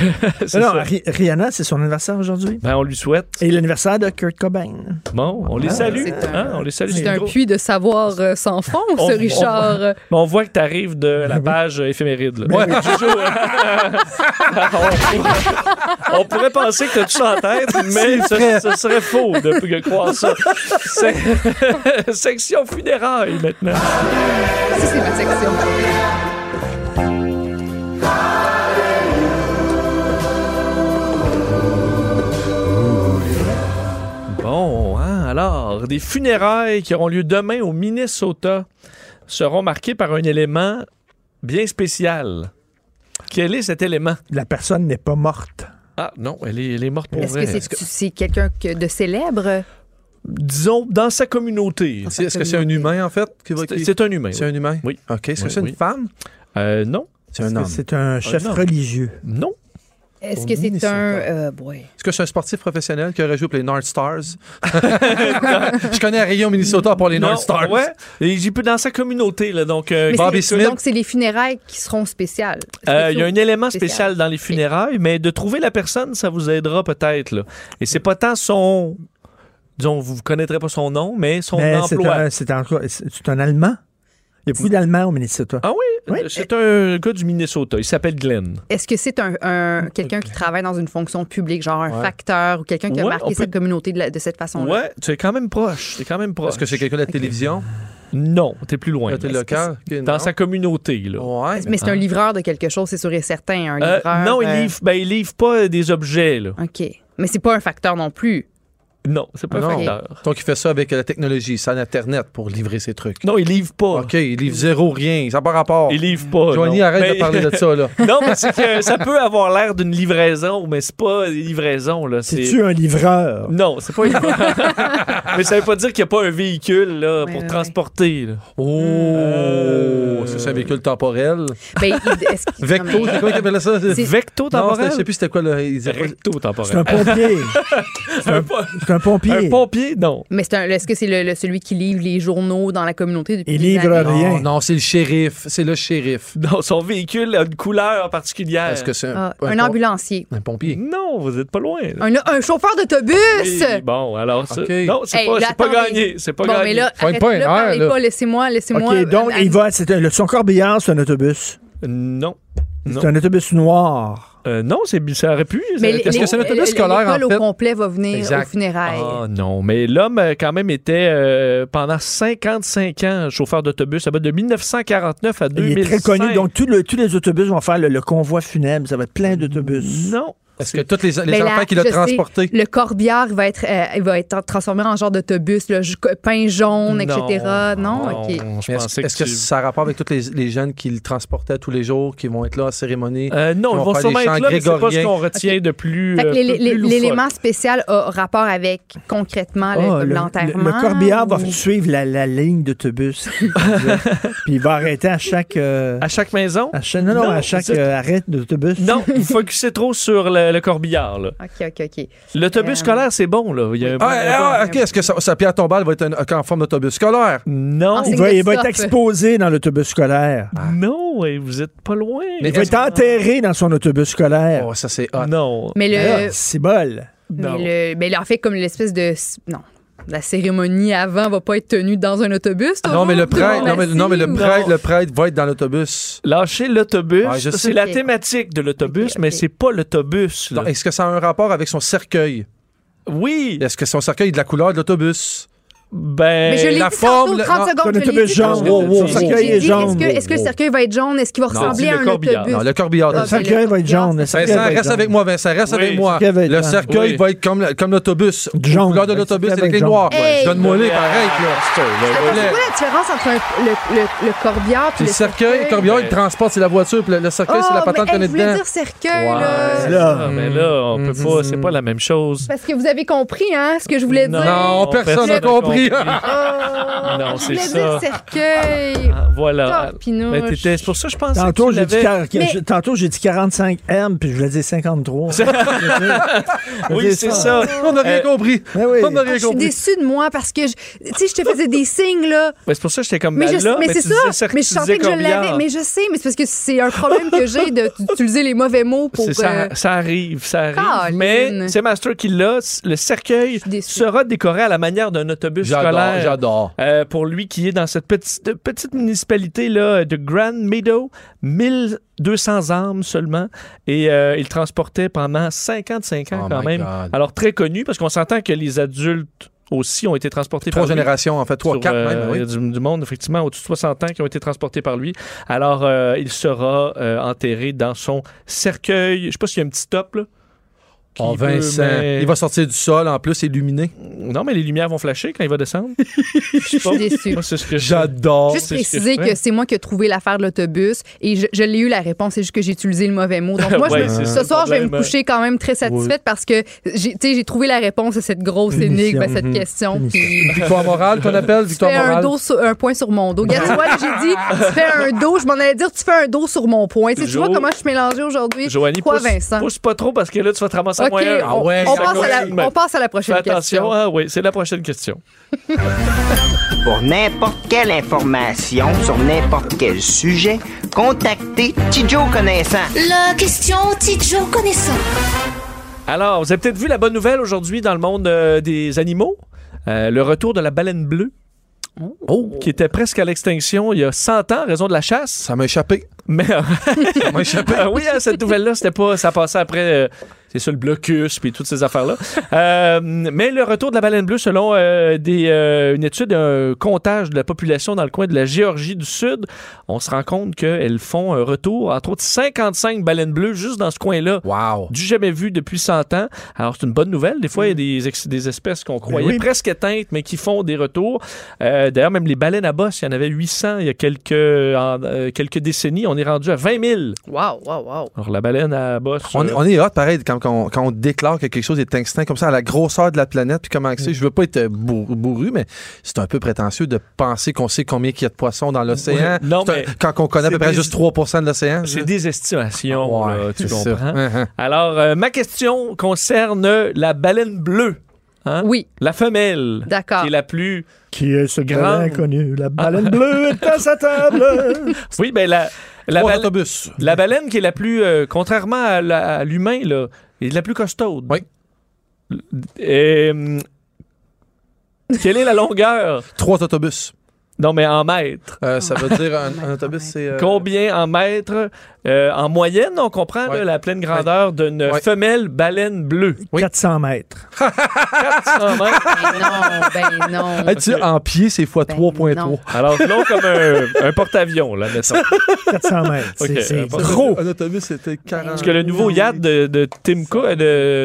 C: c'est
F: non,
C: ça.
F: Ri- Rihanna, c'est son anniversaire aujourd'hui.
C: Ben, on lui souhaite.
F: Et l'anniversaire de Kurt Cobain.
C: Bon, on les
F: Ah,
C: salue.
F: c'est un-
C: hein, on les salue.
D: C'est un
C: gros.
D: puits de savoir euh, sans fond,
C: On-
D: ce Richard.
C: On, mais on voit que t'arrives de la page euh, éphéméride. là.
D: Ouais.
C: Jojo, on, on pourrait penser que t'as tout ça en tête, mais ce, ce serait faux de, de croire ça. C'est- Section funérailles maintenant.
D: Ah, Ça, c'est ma section.
C: Bon, hein, alors, des funérailles qui auront lieu demain au Minnesota seront marquées par un élément bien spécial. Quel est cet élément?
F: La personne n'est pas morte.
C: Ah non, elle est, elle est morte pour
D: Est-ce
C: vrai.
D: que c'est c'est quelqu'un que- de célèbre?
C: Disons, dans sa communauté.
E: C'est- Est-ce que c'est un humain, en fait? qui va-
C: C'est-
E: qui-
C: C'est un humain.
E: C'est
C: oui.
E: un humain?
C: Oui.
E: OK. Est-ce que
C: Oui,
E: c'est
C: oui.
E: une femme?
C: Euh, non.
E: C'est un
F: Est-ce que
E: homme.
F: c'est un chef
C: non.
F: religieux?
C: Non.
D: Est-ce
E: Au
D: que c'est
E: Minnesota.
D: un. euh, boy.
E: Est-ce que c'est un sportif professionnel qui aurait joué pour les North Stars? Je connais Rayon Minnesota pour les
C: Non,
E: North Stars.
C: Ouais. Et j'ai plus dans sa communauté, là. Donc, euh,
D: Mais
E: Bobby
D: c'est-
E: Smith.
D: Donc, c'est les funérailles qui seront spéciales.
C: euh, il y a un élément
D: spécial.
C: spécial dans les funérailles, mais de trouver la personne, ça vous aidera peut-être. là. Et c'est pas tant son. Disons, vous ne connaîtrez pas son nom, mais son
F: Mais Ben, c'est
C: emploi.
F: un, c'est encore- c'est- c'est un Allemand. Il y a beaucoup d'Allemands au Minnesota.
C: Ah oui?
F: Oui.
C: C'est un gars du Minnesota. Il s'appelle Glenn.
D: Est-ce que c'est un, un- quelqu'un qui travaille dans une fonction publique, genre un facteur ou quelqu'un qui a
C: Ouais, on
D: marqué
C: peut-
D: cette communauté de, la- de cette façon-là?
C: Ouais, tu es quand même proche. Tu es quand même proche.
E: Est-ce que c'est quelqu'un de la télévision?
C: Non, tu es plus loin.
E: Côté
C: là.
E: local? Ok,
C: Dans
E: non. Oh,
C: sa communauté, là.
E: Ouais.
D: Mais c'est un livreur de quelque chose, c'est sûr et certain. Un
C: Euh,
D: livreur,
C: non, il
D: euh,
C: livre, ben, il livre pas des objets, là.
D: OK. Mais c'est pas un facteur non plus.
C: Non, c'est pas un
E: Ah, Non.
C: facteur.
E: Donc, il fait ça avec euh, la technologie, ça Internet pour livrer ses trucs.
C: Non, il livre pas.
E: OK, il livre zéro, rien. Ça n'a pas rapport.
C: Il livre pas.
E: Joanie,
C: Oh, non. Ben,
E: arrête
C: Mais-
E: de parler de ça, là.
C: Non, mais c'est que ça peut avoir l'air d'une livraison, mais c'est pas une livraison, là. C'est...
F: C'est-tu un livreur?
C: Non, c'est pas une Mais ça veut pas dire qu'il n'y a pas un véhicule, là,
D: Ouais,
C: pour
D: ouais,
C: transporter, là. Euh.
E: Oh! Est-ce que c'est un véhicule temporel?
D: Ben, il- est-ce qu'il- non,
E: Vecto,
D: mais-
E: c'est quoi qui appelle ça?
D: C'est-
C: Vecto
E: Non, c'était-
C: temporel?
E: je sais plus c'était quoi, là. Il disait quoi?
C: Recto
F: C'est un
C: temporel.
F: pompier.
C: Un, po-
F: C'est un pompier.
C: un pompier? Non.
D: Mais c'est un- est-ce que c'est le, le- celui qui livre les journaux dans la communauté depuis
F: Il
D: des
F: livre
D: années?
F: rien.
E: Oh, Non, non, c'est le shérif. C'est le shérif.
C: Non, son véhicule a une couleur particulière.
E: Est-ce que c'est un,
D: Ah, un
E: pom-
D: ambulancier.
E: Un pompier.
C: Non, vous êtes pas loin. là.
D: Un, un chauffeur d'autobus!
C: Oui, bon, alors, ça-
E: Ok.
C: non, c'est,
D: Ah, Hey,
C: pas,
D: là,
C: c'est pas
D: attendez.
C: gagné. C'est pas
D: bon,
C: gagné.
D: mais là,
E: Faut être pas
D: arrêtez
E: une heure,
D: parlez
E: là.
D: pas, laissez-moi, laissez-moi.
F: OK, donc,
D: euh,
F: il va, c'est un- le- son corbillard, c'est un autobus.
C: Non. Non.
F: C'est un autobus noir.
C: Euh, non, c'est, ça aurait pu. ça
D: Mais
C: aurait
D: les-
C: été-
E: Est-ce que c'est un
D: les-
E: autobus
D: les-
E: scolaire, en
D: l'école au
E: fait?
D: complet va venir
E: Exact.
D: aux funérailles.
C: Ah non, mais l'homme euh, quand même était euh, pendant 55 ans chauffeur d'autobus, ça va de 1949 à
F: Il
C: 2005.
F: est très connu. Donc, tout le- tous les autobus vont faire le, le convoi funèbre. Ça va être plein d'autobus.
C: non.
E: Est-ce que tous les, les
D: Ben là,
E: enfants qu'il a
D: je sais,
E: transportés?
D: Le corbillard il va être, euh, il va être transformé en genre d'autobus, le ju- pain jaune, etc. Non,
C: je
D: ok.
E: Mais est-ce-
C: pensais
E: Est-ce que,
C: tu-
E: ça a rapport avec tous les, les jeunes qui le transportaient tous les jours, qui vont être là à la cérémonie?
C: Euh, non,
E: Ils
C: ils
E: vont
C: vont
E: faire
C: sûrement
E: des chants
C: être là, mais c'est pas ce
E: grégoriens.
C: qu'on retient de plus.
D: Fait que
C: euh,
D: l'é-
C: plus-
D: l'é-
C: plus
D: l'élément
C: loufoque.
D: spécial a rapport avec concrètement le-
F: Ah,
D: comme
F: le,
D: ben, l'enterrement.
F: le- le corbillard va
D: ou-
F: suivre la, la ligne d'autobus. Puis il va arrêter à chaque. euh,
C: À chaque maison?
F: à chaque non, non,
C: Non,
F: à chaque
C: c'est-
F: euh, arrêt d'autobus.
C: Non, vous focussez trop sur le, le corbillard. là.
D: OK, OK, OK.
C: L'autobus
D: Euh,
C: scolaire, c'est bon. là. Il y a un-
E: Ah, ah, ok, est-ce que sa, sa pierre tombale va être un- en forme d'autobus scolaire?
C: Non,
D: Ah, c'est-
F: Il va, il va
D: Stop.
F: être exposé dans l'autobus scolaire.
C: non, et vous êtes pas loin.
F: Il va être enterré dans son autobus scolaire.
E: Oh, ça c'est hot.
C: Ah, Non.
D: Mais le,
F: Ah, C'est bol.
C: non.
D: mais le, mais en fait, comme l'espèce de. Non. La cérémonie avant va pas être tenue dans un autobus.
E: Non, mais le
D: toujours,
E: prêtre, non, mais, non, mais le
D: Maxime.
E: prêtre, le prêtre va être dans l'autobus.
C: Lâcher l'autobus,
E: Ouais, je sais.
C: c'est la
D: Ok.
C: thématique de l'autobus,
D: Ok, ok.
C: mais c'est pas l'autobus. là.
E: Donc, Est-ce que ça a un rapport avec son cercueil?
C: Oui,
E: Est-ce que son cercueil est de la couleur de l'autobus?
C: Ben,
D: Mais je l'ai
C: la
D: dit
C: forme,
D: tantôt,
C: le-
D: 30
C: non,
D: secondes,
C: ton
D: je l'ai
C: autobus
D: dit
C: jaune.
D: tantôt.
C: Wow, wow,
D: J'ai
C: wow.
D: dit, Est-ce que, est-ce que le cercueil va être jaune? Est-ce qu'il va
C: Non,
D: ressembler
C: c'est
D: à
C: le
D: un
C: corbillard.
D: autobus?
E: Non, le
D: Ah,
E: corbillard. Le
D: c'est le
E: cercueil
F: va être jaune. Le cercueil
E: Vincent,
F: Euh, va être
E: reste
F: jaune.
E: avec moi, Vincent, reste
F: Oui,
E: avec
F: le
E: moi.
F: cercueil va être
E: Le
F: jaune.
E: cercueil
F: Oui.
E: va être comme, comme l'autobus. La couleur de l'autobus, c'est
F: cercueil va
E: les
F: être
E: noirs.
D: jaune. Hey!
E: Donne-moi les pareil, là.
D: Je comprends pas la différence entre un- le, le- le corbillard
E: Puis
D: et
E: le cercueil, le corbillard, il transporte, c'est la voiture, puis le, le
D: Ah,
E: cercueil, c'est la patente qu'on est
D: Je voulais
E: dedans.
D: dire cercueil, là. Mhm.
C: Là, mais ben là, on peut pas, c'est pas la même chose.
D: Parce que vous avez compris, hein, ce que je voulais dire.
C: Non, personne n'a
D: Le-
C: compris.
D: Ah,
C: Non, c'est
D: Je voulais
C: ça.
D: dire cercueil.
C: Ah, Voilà.
D: Torpinouche.
C: Ben, t'étais- c'est pour ça que je pense
F: Tantôt,
C: que tu
F: j'ai dit,
C: l'avais-
F: quar-
D: Mais-
F: je- tantôt, j'ai dit 45 M, puis je voulais dire 53.
C: Oui, c'est ça.
E: On n'a rien
C: Euh,
E: compris.
F: Mais oui.
E: On n'a
D: Ah, Je
E: rien
D: suis
E: compris.
D: déçue de moi parce que, je- tu sais, je te faisais des signes, là.
C: Ben, c'est pour ça que j'étais comme
D: Mais,
C: ben
D: je-
C: là,
D: mais
C: ben,
D: c'est
C: tu disais
D: ça.
C: cer-
D: Mais
C: tu
D: je
C: disais
D: sentais que je
C: corbillard.
D: l'avais. Mais je sais, mais c'est parce que c'est un problème que j'ai de- d'utiliser les mauvais mots pour.
C: C'est ça,
D: euh,
C: ça arrive, ça arrive.
D: Colin.
C: Mais c'est Master qui l'a. c- Le cercueil
D: déçue.
C: sera décoré à la manière d'un autobus
E: J'adore,
C: scolaire.
E: j'adore.
C: Euh, pour lui qui est dans cette petite, petite municipalité là, de Grand Meadow, 1200 âmes seulement, et euh, il transportait pendant 55 ans
E: Oh
C: quand
E: my
C: même.
E: God.
C: Alors très connu, parce qu'on s'entend que les adultes aussi ont été transportés
E: Trois
C: par lui.
E: générations, en fait, trois,
C: Sur,
E: quatre
C: euh,
E: même.
C: il y a
E: oui.
C: du, du monde, effectivement, au-dessus de 60 ans qui ont été transportés par lui. Alors, euh, il sera euh, enterré dans son cercueil. Je sais pas s'il y a un petit top, là. qui
E: Oh,
C: veut,
E: Vincent,
C: mais-
E: il va sortir du sol, en plus, illuminé.
C: Non, mais les lumières vont flasher quand il va descendre. Je
D: suis déçue.
C: C'est ce que je-
E: J'adore.
D: Juste
C: c'est ce que
D: préciser
C: je
D: que,
C: ferais.
D: c'est moi qui ai trouvé l'affaire de l'autobus et je, je l'ai eu la réponse, c'est juste que j'ai utilisé le mauvais mot. Donc moi, je
C: Ouais,
D: me-
C: c'est ça
D: ce
C: le
D: soir, je vais me
C: problème. euh,
D: coucher quand même très satisfaite parce que j'ai tu sais, j'ai trouvé la réponse à cette grosse énigme, à
C: Mhm.
D: cette question. Puis
E: Victoire morale, qu'on appelle
D: tu
E: Victoire
D: fais un,
E: morale.
D: dos sur- un point sur mon dos. Regarde, tu vois, là, j'ai dit, tu fais un dos, je m'en allais dire, tu fais un dos sur mon point. Tu sais, tu
C: Jo-
D: vois comment je suis mélangée aujourd'hui?
C: Joanie,
D: Quoi,
C: pousse,
D: Vincent?
C: pousse pas trop parce que là, tu vas te ramasser
D: OK,
C: à moyen. Ah
D: on, on passe à la, on passe à la
C: Fais
D: prochaine
C: attention,
D: question.
C: ah oui, c'est la prochaine question.
L: Pour n'importe quelle information sur n'importe quel sujet, contactez Tidjo Connaissant.
G: La question Tidjo connaissant.
C: Alors, vous avez peut-être vu la bonne nouvelle aujourd'hui dans le monde euh, des animaux, Euh, le retour de la baleine bleue. qui était presque à l'extinction il y a 100 ans, raison de la chasse.
E: Ça m'a échappé.
C: Mais
E: Ça m'a échappé.
C: Ah oui, hein, cette nouvelle-là, c'était pas, ça passait après, euh, c'est ça le blocus puis toutes ces affaires-là. Euh, mais le retour de la baleine bleue, selon euh, des, euh, une étude, un comptage de la population dans le coin de la Géorgie du Sud, on se rend compte qu'elles font un retour, entre autres 55 baleines bleues juste dans ce coin-là.
E: Wow. Mm.
C: Du jamais vu depuis 100 ans. Alors, c'est une bonne nouvelle. Des fois, il y a des, ex- des espèces
E: Ben
C: qu'on croyait
F: oui.
C: presque éteintes, mais qui font des retours. Euh, D'ailleurs, même les baleines à bosse, il y en avait 800 il y a quelques, en- euh, quelques décennies. On est rendu à 20 000.
D: Wow, wow, wow.
C: Alors, la baleine à bosse.
E: On,
C: euh,
E: on est hot, pareil, quand, quand on, quand on déclare que quelque chose est extinct comme ça, à la grosseur de la planète, puis comment
C: Mm.
E: que c'est. Je veux pas être euh, bour- bourru, mais c'est un peu prétentieux de penser qu'on sait combien il y a de poissons dans l'océan.
C: Ouais. Non,
E: C'est un-
C: mais
E: quand on connaît à peu
C: c'est
E: près
C: des-
E: juste 3 de l'océan.
C: C'est
E: là.
C: des estimations,
E: Ouais,
C: là, tu
E: c'est ça.
C: comprends.
E: Hein, hein.
C: Alors, euh, ma question concerne la baleine bleue. Hein?
D: Oui,
C: La femelle,
D: d'accord.
C: qui est la plus...
F: Qui est ce
C: Grand. Ah.
F: grand inconnu? La baleine bleue est à sa table.
C: Oui, ben la, la,
E: Trois
C: bale-
E: autobus.
C: la baleine qui est la plus... euh, contrairement à la- à l'humain, là, est la plus costaude.
E: Oui.
C: Et, hum, quelle est la longueur?
E: Trois autobus.
C: Non, mais en mètres.
E: Euh, ça veut dire un,
D: Ah,
E: un autobus, c'est. euh,
C: Combien en mètres? Euh, en moyenne, on comprend
E: Ouais.
C: là, la pleine grandeur d'une
E: Ouais.
C: femelle baleine bleue.
E: Oui.
F: 400 mètres.
C: 400 mètres.
D: Ben non, ben non.
E: Hey, tu sais, en pied, c'est fois
D: Ben
E: 3.3.
D: non.
C: Alors, long comme un, un porte-avions, là, mettons.
F: 400 mètres. C'est-
C: Ok,
F: C'est
C: bon.
F: gros.
E: Un autobus, c'était 40.
C: Parce que le nouveau yacht de, de Tim Cook, euh,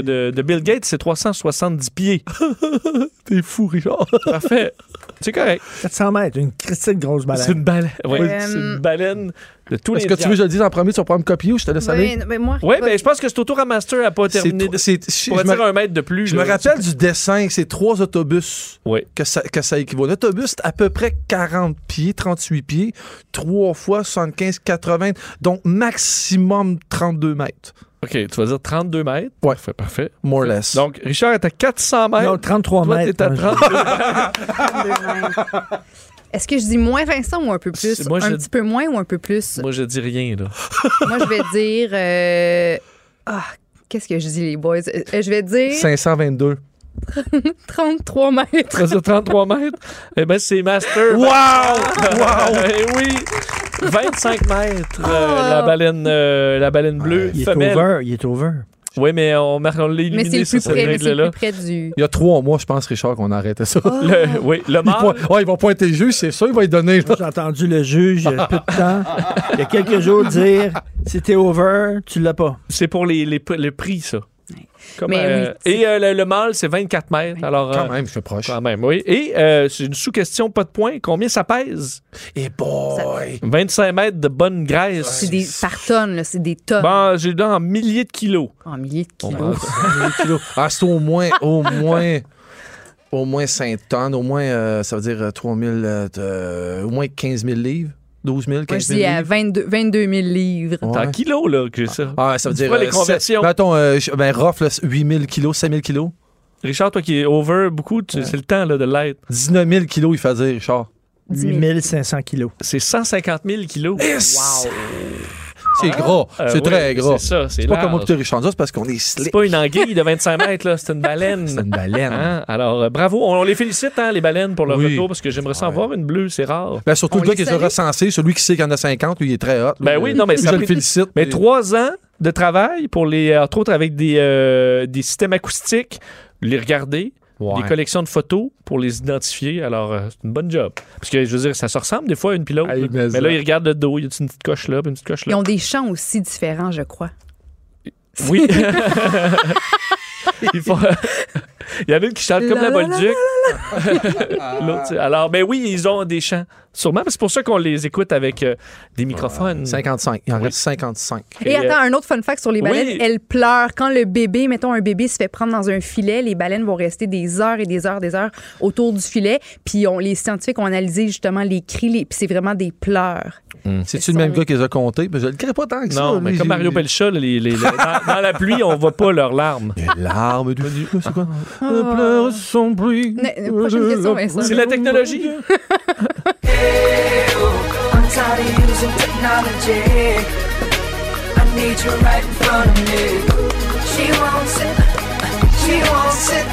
C: de, de- de Bill Gates, c'est 370 pieds.
E: T'es fou, Richard.
C: Parfait. C'est correct.
F: 400 mètres. Une christine grosse
C: C'est
F: baleine.
C: une baleine. Ouais,
D: Euh,
C: c'est une baleine de tous
E: Est-ce
C: les
E: que tu veux que je le dise en premier, tu vas pouvoir me copier ou je te laisse aller?
D: Ben, ben, moi,
C: Oui,
D: ben,
C: mais je pense que c'est au tour à Master à pas
E: C'est
C: terminer.
E: tro-
C: de-
E: c'est- je-
C: Pour
E: je me-
C: attirer un mètre de plus.
E: Je me
C: là.
E: rappelle du dessin, c'est trois autobus
C: Oui.
E: que ça, que ça équivaut. L'autobus, c'est à peu près 40 pieds, 38 pieds, 3 fois 75, 80, donc maximum 32 mètres,
C: OK, tu vas dire 32 mètres.
E: Ouais.
C: Parfait, parfait.
E: more or less.
C: Donc, Richard est à 400 mètres.
F: Non, 33
C: Toi,
F: mètres.
C: t'es à
E: hein,
F: Moi, je-
C: 32
D: Est-ce que je dis moins Vincent ou un peu plus?
C: C'est- moi,
D: un
C: je-
D: petit peu moins ou un peu plus?
C: Moi, je dis rien, là.
D: Moi, je vais dire. euh, Ah, qu'est-ce que je dis, les boys? Euh, Je vais dire
E: 522.
D: 33 mètres.
C: Tu vas dire 33 mètres? Eh bien, c'est Master.
E: Wow!
C: Wow! Eh oui! 25 mètres, euh,
D: Ah.
C: la baleine, euh, la baleine bleue,
F: Il est
C: femelle.
F: over. Il est over.
C: Oui, mais on, marque- on l'a éliminé,
D: Mais c'est le
C: ça,
D: plus
C: cette
D: près, mais c'est
C: règle-là.
D: le plus près du.
E: Il y a trois mois, je pense, Richard, qu'on arrêtait
C: Oh.
E: ça.
C: Le- oui, le
E: Ils vont,
C: mâle.
E: ouais, ils vont pointer le juge, c'est sûr, il va y donner.
C: Ah.
F: J'ai entendu le juge il y a peu de temps, il y a quelques jours, dire si t'es over, tu l'as pas.
C: C'est pour les, les- le prix, ça. Comme,
F: Mais
C: euh,
F: oui,
C: et euh, le, le mâle, c'est 24 mètres. Alors,
E: Quand
C: euh,
E: même, je suis proche.
C: Quand même, oui. Et euh, c'est une sous-question, pas de points. Combien ça pèse?
E: Et boy!
C: 25 mètres de bonne graisse.
D: C'est des par tonne, là, c'est des tonnes.
C: Bon, ben, j'ai dans en milliers de kilos.
D: En milliers de
C: kilos.
E: Ah, c'est au moins, au moins, au moins 5 tonnes, au moins, euh, ça veut dire euh, 3000, euh, euh, au moins 15 000 livres, 12 000,
D: Moi,
E: 15
D: je
E: 000
D: dis à
E: livres.
D: 22, 22 000 livres.
E: Ouais.
C: T'es en kilos, là, que j'ai ça.
E: Ah, ça veut
C: Tu
E: dire.
C: vois les
E: euh,
C: conversions.
E: sept- mettons, euh, je- ben, rough, là, 8 000 kilos, 5 000 kilos.
C: Richard, toi qui es over beaucoup, tu- c'est le temps là, de l'être.
E: 19 000 kilos, il faisait, Richard.
F: 8500 kilos.
C: C'est 150 000 kilos. Wow.
E: C'est gras.
C: Euh,
E: c'est
C: oui,
E: très gras.
C: c'est ça, c'est
E: pas
C: large.
E: comme moi, Richard, c'est parce qu'on est
C: C'est
E: slick.
C: pas une anguille de 25 mètres, là, c'est une baleine.
E: C'est une baleine.
C: Hein? Alors, euh, bravo. On, on les félicite, hein, les baleines, pour leur
E: Oui.
C: retour, parce que j'aimerais s'en voir une bleue, c'est rare.
E: Ben, surtout
C: On
E: le gars
C: les
E: qui les a
C: salue.
E: recensés, celui qui sait qu'il y en a 50, lui, il est très hot.
C: Ben
E: Lui,
C: oui,
E: euh,
C: non, mais ça
E: je le
C: fait-
E: félicite.
C: Mais trois ans de travail pour les, entre autres avec des, euh, des systèmes acoustiques, les regarder,
E: Ouais.
C: des collections de photos pour les identifier. Alors, euh, c'est une bonne job. Parce que, je veux dire, ça se ressemble des fois une pilote.
E: Aïe, mais
C: mais
E: ça.
C: là, ils regardent le dos. Il y a une petite coche là, puis une petite coche
D: Ils
C: là.
D: ont des champs aussi différents, je crois.
C: Oui. Ils font- Il y en a une qui chante comme
D: La
C: la
D: la la
C: Bolduc. L'autre, c'est- Alors, ben oui, ils ont des chants. Sûrement, mais c'est pour ça qu'on les écoute avec euh, des microphones.
E: 55. Il en reste 55.
D: Et attends, un autre fun fact sur les
C: euh, Oui.
D: baleines, elles pleurent. Quand le bébé, mettons un bébé se fait prendre dans un filet, les baleines vont rester des heures et des heures, des heures autour du filet. Puis on, les scientifiques ont analysé justement les cris, les- puis c'est vraiment des pleurs.
E: C'est-tu le même gars qui les a comptés? Ben, je le crée pas tant que ça.
C: Hmm. Non, mais
E: lui,
C: comme
E: j'ai-
C: Mario Pelcha, là, les- les- les- dans, dans la pluie, on voit pas leurs larmes.
E: Les larmes du C'est quoi? Euh,
D: Ah.
E: Pleurs sont bruits.
D: Ne- prochaine question, Vincent.
C: C'est la technologie.
M: I'm tired of using technology. I need you right in front of me. She won't sit. She won't sit.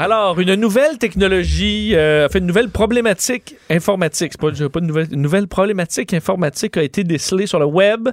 C: Alors, une nouvelle technologie, euh, enfin, une nouvelle problématique informatique, c'est pas, je- pas une, nouvelle, une nouvelle problématique informatique a été décelée sur le web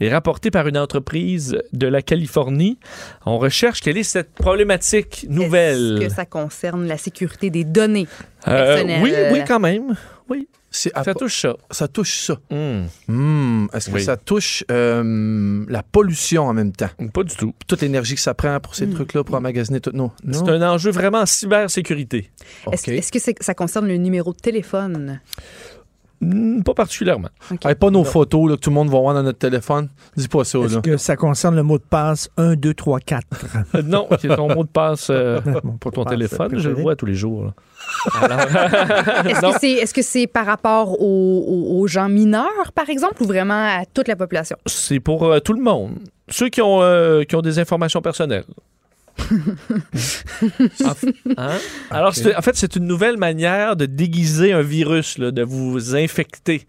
C: et rapportée par une entreprise de la Californie. On recherche quelle est cette problématique
D: Est-ce
C: nouvelle.
D: que ça concerne la sécurité des données
C: Euh,
D: personnelles?
C: oui, oui, quand même. Oui.
E: Ça
C: touche ça.
E: Ça touche ça. Hmm. Est-ce que
C: Oui.
E: ça touche euh, la pollution en même temps?
C: Pas du tout.
E: Toute l'énergie que ça prend pour ces
D: Hmm.
E: trucs-là, pour emmagasiner tout. Non. non.
C: C'est un enjeu vraiment en cybersécurité.
D: Est-ce est-ce que c'est- ça concerne le numéro de téléphone?
C: Hmm, Pas particulièrement.
E: Hey, pas nos photos là, que tout le monde va voir dans notre téléphone. Dis pas ça.
C: Ah.
F: Est-ce
E: Là.
F: que ça concerne le mot de passe 1, 2, 3, 4?
C: Euh, non, c'est ton mot de passe euh, pour ton
F: passe
C: téléphone. Je le
F: préféré.
C: vois tous les jours. là. Alors-
D: Est-ce
C: Non.
D: que c'est est -ce c'est par rapport aux, aux- aux gens mineurs, par exemple, ou vraiment à toute la population?
C: C'est pour euh, tout le monde. Ceux qui ont, euh, qui ont des informations personnelles. En f- hein? Alors, c'est- en fait, c'est une nouvelle manière de déguiser un virus, là, de vous infecter.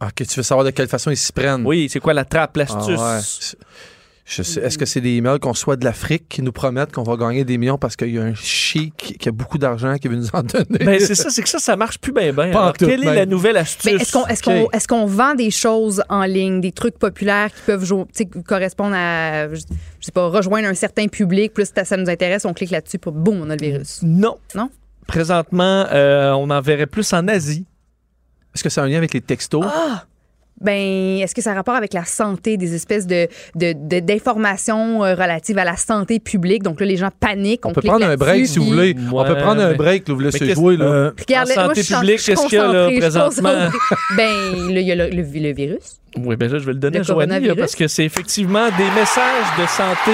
E: Ah, que tu veux savoir de quelle façon ils s'y prennent.
C: Oui, c'est quoi la trappe, l'astuce?
E: Hmm. Ah ouais. Je sais- Est-ce que c'est des emails qu'on soit de l'Afrique qui nous promettent qu'on va gagner des millions parce qu'il y a un chic qui a beaucoup d'argent qui veut nous en donner?
C: Ben, c'est ça, c'est que ça, ça marche plus bien, bien.
E: Pas en
C: Alors,
E: tout,
C: quelle est
E: même.
C: la nouvelle astuce?
D: Mais Est-ce qu'on est-ce qu'on-
C: Ok.
D: est-ce qu'on vend des choses en ligne, des trucs populaires qui peuvent jo- tu sais, correspondre à, je je sais pas, rejoindre un certain public, plus ça, ça nous intéresse, on clique là-dessus, puis boum, on a le virus.
C: Non.
D: Non?
C: Présentement, euh, on en verrait plus en Asie.
E: Est-ce que ça a un lien avec les textos?
D: Ah, Ben, est-ce que ça a rapport avec la santé, des espèces de de- de- d'informations euh, relatives à la santé publique? Donc là, les gens paniquent, on,
E: On peut
D: clique
E: prendre un
D: là-dessus,
E: break si vous
D: puis-
E: voulez. On peut
C: Ouais,
E: prendre un
C: mais-
E: break, là, vous
C: mais
E: laissez
C: qu'est-ce-
E: jouer. Là.
F: Euh,
D: Puis Regarde,
C: En
D: moi,
C: santé
D: je suis en-
C: publique,
D: je suis
C: qu'est-ce qu'il y a, là,
D: concentrée, je suis
C: présentement?
D: concentrée. ben, là, il y a le, le vi- le virus.
C: Oui, bien là, je vais le donner
D: Le
C: à Joanie, là,
D: coronavirus.
C: parce que c'est effectivement des messages de santé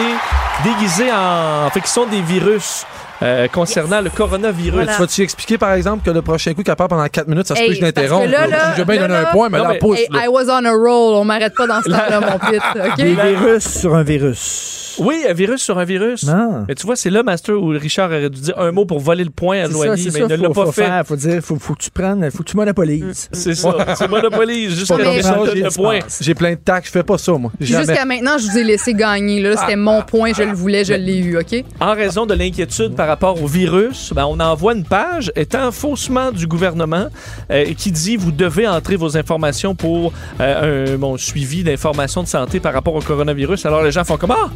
C: déguisés en. en fait, qui sont des virus euh, concernant le coronavirus.
E: Tu vas-tu expliquer, par exemple, que le prochain coup qu'elle part pendant 4 minutes, ça se peut
D: Hey,
E: que je
D: parce
E: l'interromps.
D: que là, là,
E: Je vais bien
D: là,
E: donner un
D: là-
E: point, mais
C: Non,
E: la
C: mais-
E: pousse.
D: Hey,
E: là.
D: I was on a roll. On m'arrête pas dans ce temps-là, mon pit. OK?
F: Des virus sur un virus.
C: Oui, un virus sur un virus.
F: Non.
C: Mais tu vois, c'est là, Master, où Richard aurait dû dire un mot pour voler le point à
F: C'est ça,
C: Joanie,
F: c'est
C: mais
F: ça.
C: il ne l'a
F: faut,
C: pas
F: faut
C: fait. Mm.
F: faire, faut dire, faut, faut que tu prennes, faut que tu monopolises.
C: C'est ça. C'est monopolise jusqu'à
D: Mais-
C: Richard donne le
E: J'ai-
C: point.
E: J'ai plein de tacs, je fais pas ça, moi. Jamais.
D: Jusqu'à maintenant, je vous ai laissé gagner. Là, c'était mon
C: Ah,
D: point, je le voulais, je l'ai eu, OK?
C: En raison de l'inquiétude par rapport au virus, ben, on envoie une page étant faussement du gouvernement euh, qui dit vous devez entrer vos informations pour euh, un bon, suivi d'informations de santé par rapport au coronavirus. Alors les gens font comme ah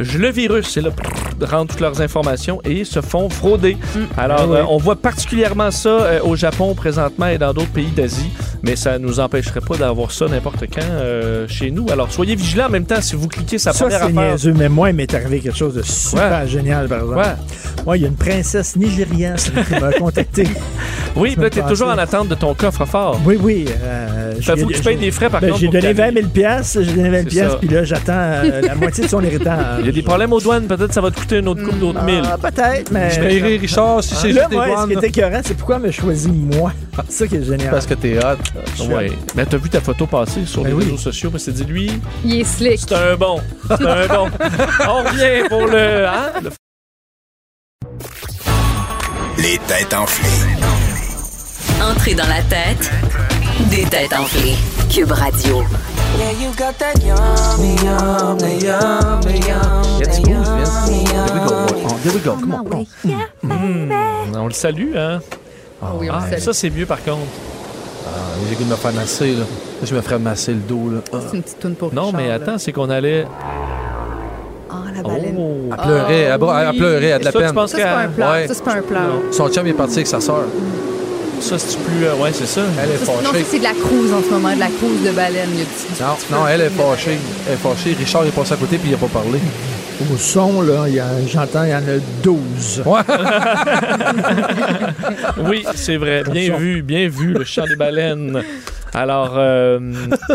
C: Je le virus, c'est là, prrr, rendent toutes leurs informations et se font frauder.
F: Mm. Ben
C: Alors, euh, on voit particulièrement ça euh, au Japon présentement et dans d'autres pays d'Asie, mais ça nous empêcherait pas d'avoir ça n'importe quand euh, chez nous. Alors, soyez vigilants en même temps si vous cliquez sa
F: Ça,
C: première
F: c'est
C: affaire.
F: niaiseux, hein. mais moi, il m'est arrivé quelque chose de super génial, par exemple. Moi, il y a une princesse nigériane qui m'a contacté.
C: Oui,
F: Je
C: là,
F: me
C: t'es
F: pensais-
C: toujours en attente de ton coffre-fort.
F: Oui, oui. Euh,
C: Ça
F: j'ai-
C: faut que tu
F: j'ai-
C: payes des frais, par
F: ben,
C: contre,
F: J'ai
C: pour
F: donné
C: gagner.
F: 20 000 piastres, j'ai donné 20
C: C'est
F: 000
C: ça.
F: piastres, puis là, j'attends euh, la moitié de son héritage.
C: Il y a des problèmes aux douanes, peut-être ça va te coûter une autre coupe d'autres
F: Ah.
C: mille.
F: Peut-être, mais.
C: Je paierai, Richard,
D: Ah.
C: si c'est
F: Là,
C: juste des
F: moi, ce
C: douanes.
F: qui est écœurant, c'est pourquoi elle m'a choisi moi. C'est ça qui est génial.
E: Parce que t'es hot.
C: Ouais. Mais t'as vu ta photo passer sur les
F: Ben oui.
C: réseaux sociaux, mais c'est dit lui,
D: Il est slick.
C: c'est un bon. C'est un bon. On revient pour le. hein, le
B: Les têtes enflées.
A: Entrée dans la tête des têtes enflées. Cube Radio.
M: Yeah, you got that yummy, yum, that yummy, yum, that yummy, yum.
E: Here we go, come on.
C: Mm, on le salue, hein?
D: oui, on le
C: Ah,
D: salue.
C: ça, c'est mieux, par contre.
E: Ah, oui, j'ai le goût de me faire masser, là. Là, je me ferais masser le dos, là. Ah.
D: C'est une petite toune pour
C: Non,
D: Richard,
C: mais
D: là.
C: attends, c'est qu'on allait.
D: Ah, la baleine.
C: Oh!
E: Elle pleurait, elle, bra- elle pleurait, elle a de la
C: Ça, tu
E: peine.
C: penses
D: Ça, c'est pas un
C: qu'elle-
D: plan.
E: Ouais.
D: Ça, c'est pas un plan.
E: Son chum est parti avec sa sœur.
C: Ça, c'est plus. euh, ouais, c'est ça.
E: Elle est
D: Ça, c'est- non,
E: fâchée.
D: ça, c'est de la cruise en ce moment, de la cruise de baleine. Il y a du-
E: Non, non, elle est fâchée. Elle est fâchée. Richard est passé à côté puis il a pas parlé.
F: Au son, là, il y a- j'entends, il y en a 12.
E: Ouais.
C: Oui, c'est vrai. Bien vu, bien vu, le chant des baleines. Alors, euh,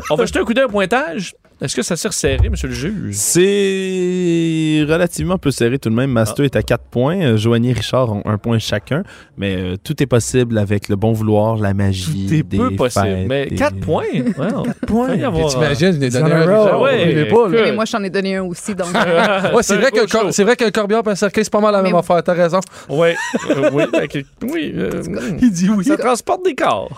C: on va jeter un coup d'œil au pointage. Est-ce que ça s'est resserré, monsieur le juge?
H: C'est relativement peu serré tout de même.
C: Ah.
H: Master est à 4 points. euh, Joanie et Richard ont un point chacun. Mais euh, tout est possible avec le bon vouloir, la magie.
C: C'est
H: des
C: peu possible.
H: fêtes
C: mais
H: et-
C: 4 points? Wow.
F: Point.
C: y avoir, euh,
E: T'imagines, je l'ai donné
F: Genre
E: un
F: un
E: Richard.
F: roll.
E: on
C: Ouais,
E: l'avait pas, là.
C: écoute.
D: Mais moi, j'en ai donné un aussi, donc. euh,
E: Ouais, c'est vrai, que,
C: show.
E: c'est vrai qu'un corbière et un cercueil, c'est pas mal la même
D: Mais-
E: affaire, t'as raison.
C: Ouais, euh, oui, ben, que- oui. euh, mm.
E: Il dit oui.
C: ça transporte des corps.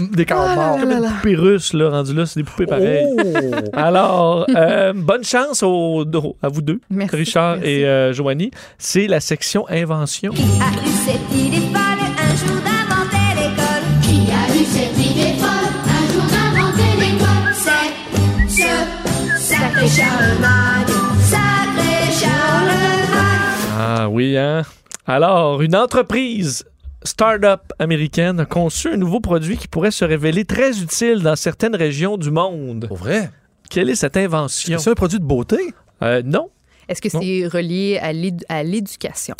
E: Des corps morts.
C: Poupées russes, là, rendues là, c'est des poupées pareilles. Oh! Alors, euh, bonne chance aux, aux- à vous deux,
D: Merci,
C: Richard
D: merci.
C: et euh, Joanie. C'est la section invention.
G: Qui a eu cette idée folle un jour d'inventer l'école Qui a eu cette idée folle un jour d'inventer l'école C'est ce sacré Charlemagne, sacré Charlemagne.
C: Ah oui, hein? Alors, une entreprise start-up américaine a conçu un nouveau produit qui pourrait se révéler très utile dans certaines régions du monde.
E: Pour vrai?
C: Quelle est cette invention?
E: C'est un produit de beauté?
C: Euh, non.
D: Est-ce que c'est relié à l'édu- à l'éducation?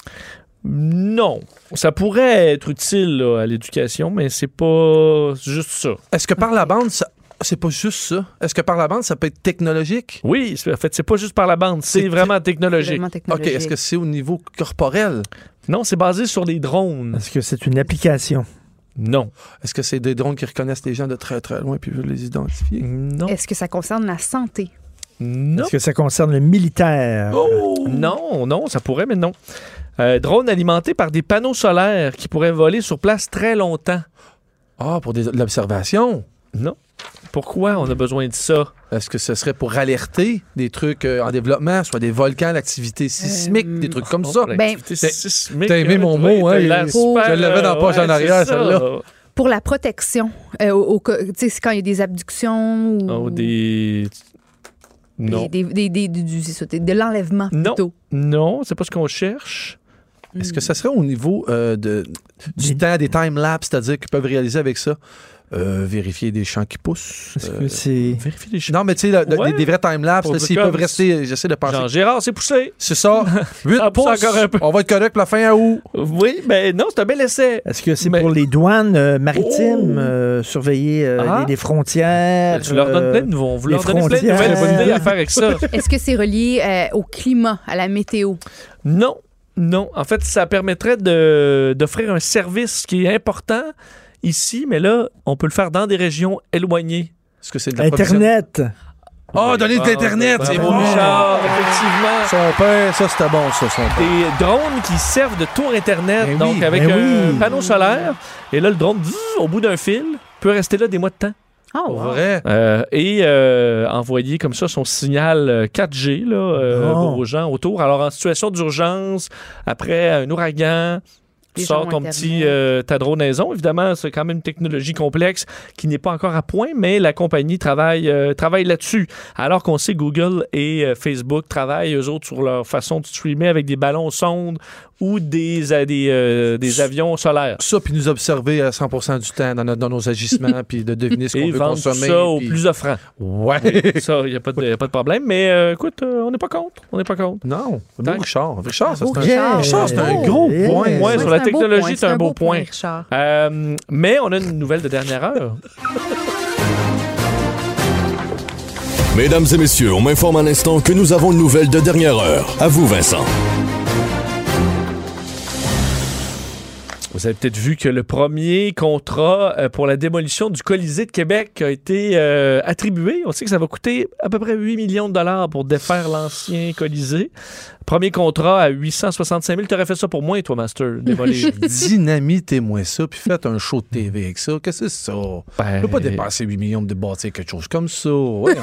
C: Non. Ça pourrait être utile là, à l'éducation, mais c'est pas juste ça.
E: Est-ce que par la bande, ça- c'est pas juste ça? Est-ce que par la bande, ça peut être technologique?
C: Oui, c'est- en fait, c'est pas juste par la bande, c'est
E: C'est
C: vraiment
D: C'est
C: technologique.
D: vraiment
E: OK,
D: technologique.
E: est-ce que c'est au niveau corporel?
C: Non, c'est basé sur des drones.
F: Est-ce que c'est une application?
C: Non.
E: Est-ce que c'est des drones qui reconnaissent les gens de très très loin puis veulent les identifier?
C: Non.
D: Est-ce que ça concerne la santé?
C: Non.
F: Est-ce que ça concerne le militaire?
C: Oh. Non, non, ça pourrait, mais non. Euh, drone alimenté par des panneaux solaires qui pourraient voler sur place très longtemps.
E: Ah, pour des- de l'observation?
C: Non. Pourquoi on a besoin de ça?
E: Est-ce que ce serait pour alerter des trucs euh, en développement, soit des volcans,
D: Euh,
E: l'activité sismique, des trucs comme ça?
C: Oh,
D: Ben,
C: l'activité
E: t'as-
C: sismique,
E: t'as aimé
C: euh,
E: mon
C: oui,
E: mot,
C: t'as
E: hein,
C: l'air
E: il-
C: super,
E: je l'avais dans la
C: euh,
E: poche en
C: ouais,
E: arrière,
C: c'est ça.
E: celle-là.
D: Pour la protection, euh, au, au cas- tu sais, c'est quand il y a des abductions ou
C: Oh, des...
D: des-
C: Non.
D: des- des- des- du- du- c'est ça, des- de l'enlèvement
C: Non.
D: plutôt.
C: Non, c'est pas ce qu'on cherche.
E: Est-ce que ça serait au niveau euh, de, du temps, des time-lapse, c'est-à-dire qu'ils peuvent réaliser avec ça? euh, vérifier des champs qui poussent.
F: Est-ce
E: euh,
F: que c'est.
C: Vérifier les choses.
E: Non, mais tu sais, le- le-
C: Ouais.
E: des, des vrais time-lapse,
C: Pour
E: là,
C: du
E: s'ils
C: comme-
E: peuvent rester, j'essaie de penser.
C: Jean Gérard, c'est poussé.
E: C'est ça, 8
C: Ah, pousse
E: pouces.
C: encore un peu.
E: On va être correct pour la fin à août.
C: Oui, ben non, c'est un bel essai.
F: Est-ce que c'est
C: Mais-
F: pour les douanes euh, maritimes,
C: Oh!
F: euh, surveiller euh,
C: Ah!
F: les, les frontières?
C: Ben, Tu leur donnes
F: euh,
C: plein de nouveaux, vous leur
F: les
C: donnez plein de
F: frontières.
C: nouvelles idées à faire avec ça.
D: Est-ce que c'est relié euh, au climat, à la météo?
C: Non, non. En fait, ça permettrait de- d'offrir un service qui est important ici, mais là, on peut le faire dans des régions éloignées.
E: Est-ce que c'est de la
F: Internet.
E: Ah, donner de l'Internet, c'est
C: bon.
E: bon.
C: Richard, effectivement.
E: Son père, ça c'était bon, ça, son père.
C: Des drones qui servent de tour Internet,
F: Ben oui,
C: donc avec
F: ben
C: un
F: oui.
C: panneau solaire. Et là, le drone, zzz, au bout d'un fil, peut rester là des mois de temps.
D: Ah,
E: Pour
D: wow.
E: vrai.
C: Euh, et euh, envoyer comme ça son signal euh, 4G là, euh,
E: Ah.
F: Bon.
C: aux gens autour. Alors, en situation d'urgence, après un ouragan, Tu
D: Les
C: sors
D: gens ont
C: ton
D: Internet.
C: petit euh, naison. Évidemment, c'est quand même une technologie complexe qui n'est pas encore à point, mais la compagnie travaille, euh, travaille là-dessus. Alors qu'on sait Google et euh, Facebook travaillent, eux autres, sur leur façon de streamer avec des ballons sondes ou des, euh, des, euh, des avions solaires.
E: Ça, puis nous observer euh, à 100 du temps dans, notre- dans nos agissements, puis de deviner ce qu'on
C: Et
E: veut
C: vendre
E: consommer.
C: ça aux
E: puis-
C: plus offrants.
E: Ouais.
C: Oui, ça, il n'y a, pas de y a pas de problème. Mais euh, écoute, euh, on n'est pas contre. On n'est pas contre.
E: Non. Richard. Richard, ça,
C: Bravo,
E: c'est
C: Richard.
E: un, Richard, c'est un
C: Bravo.
E: gros
C: Yeah.
E: point.
C: Ouais, sur la
D: c'est un beau
C: technologie,
D: point,
C: c'est un beau point.
D: Richard.
C: Euh, mais on a une nouvelle de dernière heure.
N: Mesdames et messieurs, on m'informe à l'instant que nous avons une nouvelle de dernière heure. À vous, Vincent.
C: Vous avez peut-être vu que le premier contrat euh, pour la démolition du Colisée de Québec a été euh, attribué. On sait que ça va coûter à peu près 8 millions de dollars pour défaire l'ancien Colisée. Premier contrat à 865 000. T'aurais fait ça pour moins, toi, Master, démolir.
E: Dynamitez-moi ça, puis faites un show de TV avec ça. Qu'est-ce que c'est ça? On peut
C: Euh,
E: pas dépasser 8 millions de bâtir quelque chose comme ça. Voyons.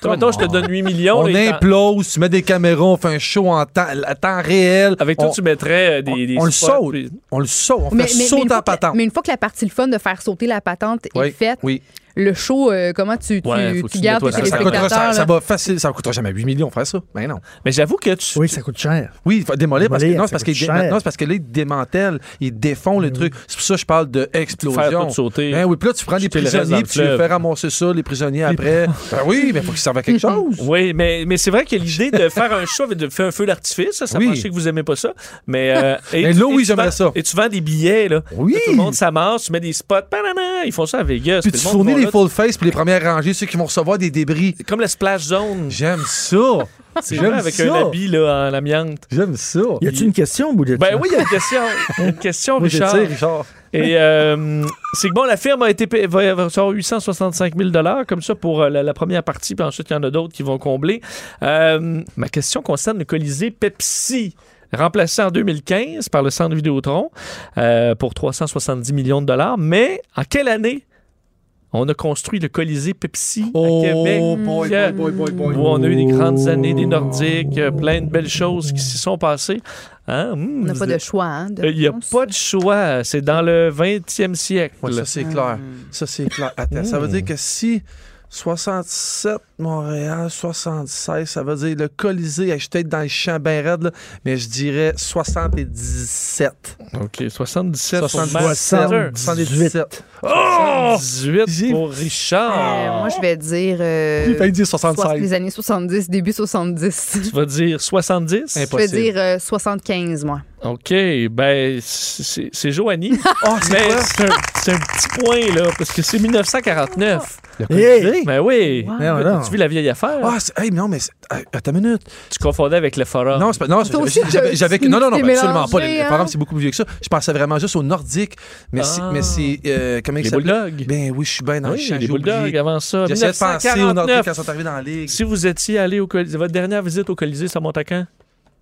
C: Toi, mettons, je te donne 8 millions.
E: on
C: là, il t'en-
E: implose, tu mets des caméras, on fait un show en temps, à temps réel.
C: Avec
E: on,
C: toi, tu mettrais euh, des. des
E: on le
C: spots,
E: saute.
C: puis-
E: On le saute. On fait
D: une
E: sauter
D: fois
E: en
D: que la-
E: patente.
D: mais une fois que la partie le fun de faire sauter la patente est
E: Oui,
D: faite,
E: oui.
D: le show, euh, comment tu, tu,
E: Ouais,
D: tu
E: faut que
D: gardes tes
E: nettoies ça. Ça coûtera-
D: téléspectateurs?
E: ça, ça
D: là?
E: va facile, ça coûtera jamais 8 millions faire ça. Mais non.
C: Mais j'avoue que tu.
F: Oui, ça coûte cher.
E: Oui, il faut démolir parce que
F: Démolir,
E: non,
F: ça
E: c'est parce que
F: coûte cher.
E: maintenant, c'est parce que là, ils démantèlent, ils défont le truc. C'est pour ça que je parle de explosion.
C: Faire tout sauter.
E: Ben oui, puis là, tu prends des
C: Jeter le reste dans
E: prisonniers,
C: le
E: puis tu les
C: fleuve.
E: fais ramasser ça, les prisonniers après. ben oui, mais il faut qu'ils servent à
D: Mm-hmm.
E: quelque chose.
C: Oui, mais, mais c'est vrai que l'idée de faire un show et de faire un feu d'artifice, ça, ça
E: Oui.
C: je sais que vous aimez pas ça. Mais, euh,
E: Mais là, oui,
C: tu
E: j'aimerais
C: vends-
E: ça.
C: Et tu vends des billets, là.
E: Oui.
C: Tout le monde s'amasse, tu mets des spots, banana, ils font ça à Vegas.
E: Puis
C: Tout
E: tu
C: le monde
E: fournis
C: va
E: les
C: là,
E: full face pour les premières rangées, ceux qui vont recevoir des débris.
C: Comme la splash zone.
E: J'aime ça.
C: C'est
E: J'aime
C: vrai, avec
E: ça.
C: un habit là, en amiante.
E: J'aime ça.
F: Y a-tu une question au bout de
C: Ben
F: ça?
C: oui, il y a une question. Il y a une question,
E: Moi, je
C: Richard.
E: tire, Richard.
C: Et euh, c'est que bon, la firme a été payée- va va recevoir 865 000 comme ça pour euh, la, la première partie, puis ensuite, il y en a d'autres qui vont combler. Euh, ma question concerne le Colisée Pepsi. Remplacé en 2015 par le centre Vidéotron euh, pour 370 millions de dollars. Mais en quelle année on a construit le Colisée Pepsi
E: Oh,
C: à Québec?
E: boy, boy, boy, boy, boy. Oh.
C: Où on a eu des grandes années des Nordiques, euh, plein de belles choses qui s'y sont passées. Hein? Hmm,
D: On n'a pas
C: vous-
D: de choix. hein, de
E: Euh,
C: il n'y Euh, a
D: réponse.
C: pas de choix. C'est dans le 20e siècle.
E: Ouais, ça,
D: Ah.
E: c'est clair.
D: Hmm.
E: Ça, c'est clair. Attends, ça veut dire
C: Mmh.
E: que si 67 Montréal, 76, ça veut dire le Colisée, hey, je suis peut-être dans le champ bien raide, là, mais je dirais 77.
C: OK, 77 pour
E: 70,
C: Master.
E: 78.
C: Oh! 18 pour
D: Euh,
C: Richard.
D: moi, je vais dire. euh,
E: Il fallait dire 76.
D: soix- Les années 70, début 70.
C: Tu vas dire 70?
D: Je vais dire euh, 75, moi.
C: OK, ben, c'est c'est Joanie.
E: Oh,
C: Mais c'est un, c'est un petit point, là, parce que c'est 1949.
F: Eh,
E: Le Colisée?
C: Ben oui.
E: Mais non, non.
C: Tu vis la vieille affaire.
E: Ah, c'est- hey, non, mais c'est- hey, attends une minute.
C: Tu confondais avec le forum.
E: Non, c'est pas. Non,
D: Toi aussi,
E: c'est- j'avais-
D: tu-
E: j'avais-
D: tu
E: non, non, non,
D: t'es
E: ben, absolument
D: mélangé,
E: pas. Le, le
D: hein?
E: forum, c'est beaucoup plus vieux que ça. Je pensais vraiment juste aux Nordiques. Mais c'est.
C: Ah.
E: Mais c'est euh, comment il
C: Les
E: s'appelle?
C: Bulldogs.
E: Ben oui, je suis bien dans le
C: Oui,
E: champ,
C: les
E: j'ai oublié.
C: Bulldogs hein. avant ça.
E: J'essayais de penser aux Nordiques
C: 1949.
E: quand ils sont arrivés dans la ligue.
C: Si vous étiez allé au Colisée, votre dernière visite au Colisée, ça monte à quand?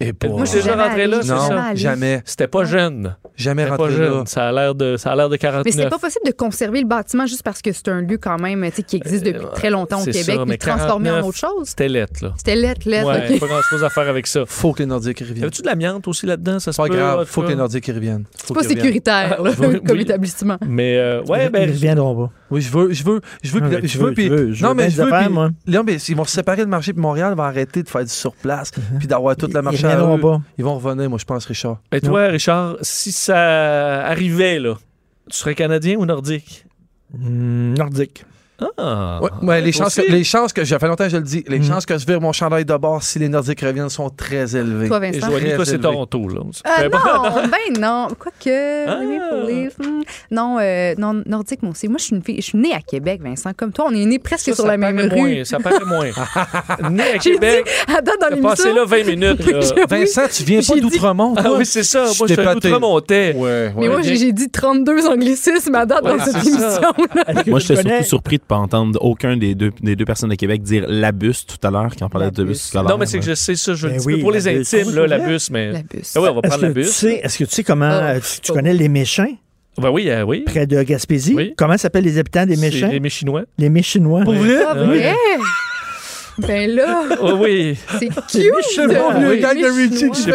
E: Et euh,
C: Moi,
E: pas-
C: je suis déjà
D: Jamais
C: rentré là,
D: allé,
C: c'est
E: Non,
C: ça?
D: allé.
E: jamais.
C: C'était pas jeune.
E: Jamais
C: C'était pas
E: rentré
C: jeune.
E: là.
C: Ça a l'air de, ça a l'air de 49.
D: Mais c'est pas possible de conserver le bâtiment juste parce que c'est un lieu quand même tu sais, qui existe
E: Euh,
D: depuis très longtemps au
C: C'est
D: Québec,
C: ça,
D: mais
C: mais
D: transformé en
C: 49,
D: autre chose.
C: C'était lettre, là.
D: C'était lettre, lettre.
C: ouais,
D: ok.
C: pas grand chose à faire avec ça.
E: Faut que les Nordiques reviennent.
C: Avais-tu de l'amiante aussi là-dedans? Ça se
E: Pas
C: peut, en
E: grave,
C: tout
E: faut que
C: cas.
E: les Nordiques reviennent. Faut
D: C'est pas
E: qu'ils reviennent.
D: sécuritaire là,
C: Ah, oui,
D: comme
C: oui.
D: établissement.
C: Mais, euh, ouais,
F: Ils-
C: ben,
F: Ils reviendront pas.
E: Oui, je veux, je veux, je veux,
F: Ah,
E: puis-
F: mais
E: je
F: tu
E: veux,
F: veux,
E: puis-
F: tu veux, je
E: non,
F: veux
E: mais
F: bien
E: je
F: des
E: veux,
F: affaires,
E: puis-
F: moi.
E: Là, mais ils vont se séparer le marché, puis Montréal va arrêter de faire du surplace, puis d'avoir toute la
F: Mhm. Ils
E: marché à
F: reviendront
E: eux.
F: pas.
E: Ils vont revenir, moi, je pense, Richard.
C: Et toi, Richard, si ça arrivait, là, tu serais Canadien ou Nordique?
F: Hmm, Nordique.
C: Ah!
E: Ouais, ouais, les,
C: toi
E: chances que,
C: aussi.
E: les chances que, ça fait longtemps que je le dis, les
F: Mm.
E: chances que je vire mon chandail de bord si les Nordiques reviennent sont très élevées.
D: Toi,
C: Et
D: Vincent?
C: Joanie, toi,
E: Très
C: c'est
E: élevé.
C: Toronto, là.
D: Ah
C: Ben, bon,
D: non, ben non, quoique,
C: Ah.
D: les Maple Leafs, hmm. non, euh, non, nordique, moi aussi. Moi, je suis une fille, je suis née à Québec, Vincent, comme toi, on est nés presque
C: ça,
D: sur
C: ça
D: la même
C: paraît
D: rue.
C: moins, ça paraît moins. né à
D: J'ai
C: Québec,
D: dit, à date dans
C: t'as passé
D: l'émission,
C: là 20 minutes, là.
D: Oui,
E: Vincent, tu viens pas
D: J'ai dit-
E: d'Outremont,
C: Ah
E: toi?
C: oui, c'est ça.
E: Je
C: Moi, je suis
E: t'ai
C: un
E: pâté.
C: outre-montais.
E: Ouais,
D: mais
E: ouais.
D: moi, j'ai j'ai dit 32 anglicismes à date
C: Ouais,
D: dans
C: c'est
D: cette
C: ça.
D: émission-là.
F: Est-ce que
H: Moi,
F: tu
H: j'étais
F: connais-
H: surtout surpris de ne pas entendre aucun des deux, des deux personnes de Québec dire la bus tout à l'heure quand on parlait de bus scolaire.
C: Non, mais c'est que je sais ça. Je le
F: Ben
C: dis
F: oui,
C: mais pour les
F: la bus.
C: intimes, là, la
F: Oui,
C: bus, mais...
D: La bus.
C: Ah oui, on va
F: Est-ce
C: prendre la
F: que, tu
C: bus.
F: sais, est-ce que tu sais comment.
D: Oh,
F: euh, tu- tu
D: oh.
F: connais les Méchins,
C: Ben oui, euh, oui.
F: près de Gaspésie?
C: Oui.
F: Comment s'appellent les habitants des
C: C'est
F: Méchins?
C: Les Méchinois.
F: Les Méchinois.
C: Pour vrai?
D: Ah, vrai? Ben là.
C: Oh oui.
D: C'est cute.
C: Ah oui. Je sais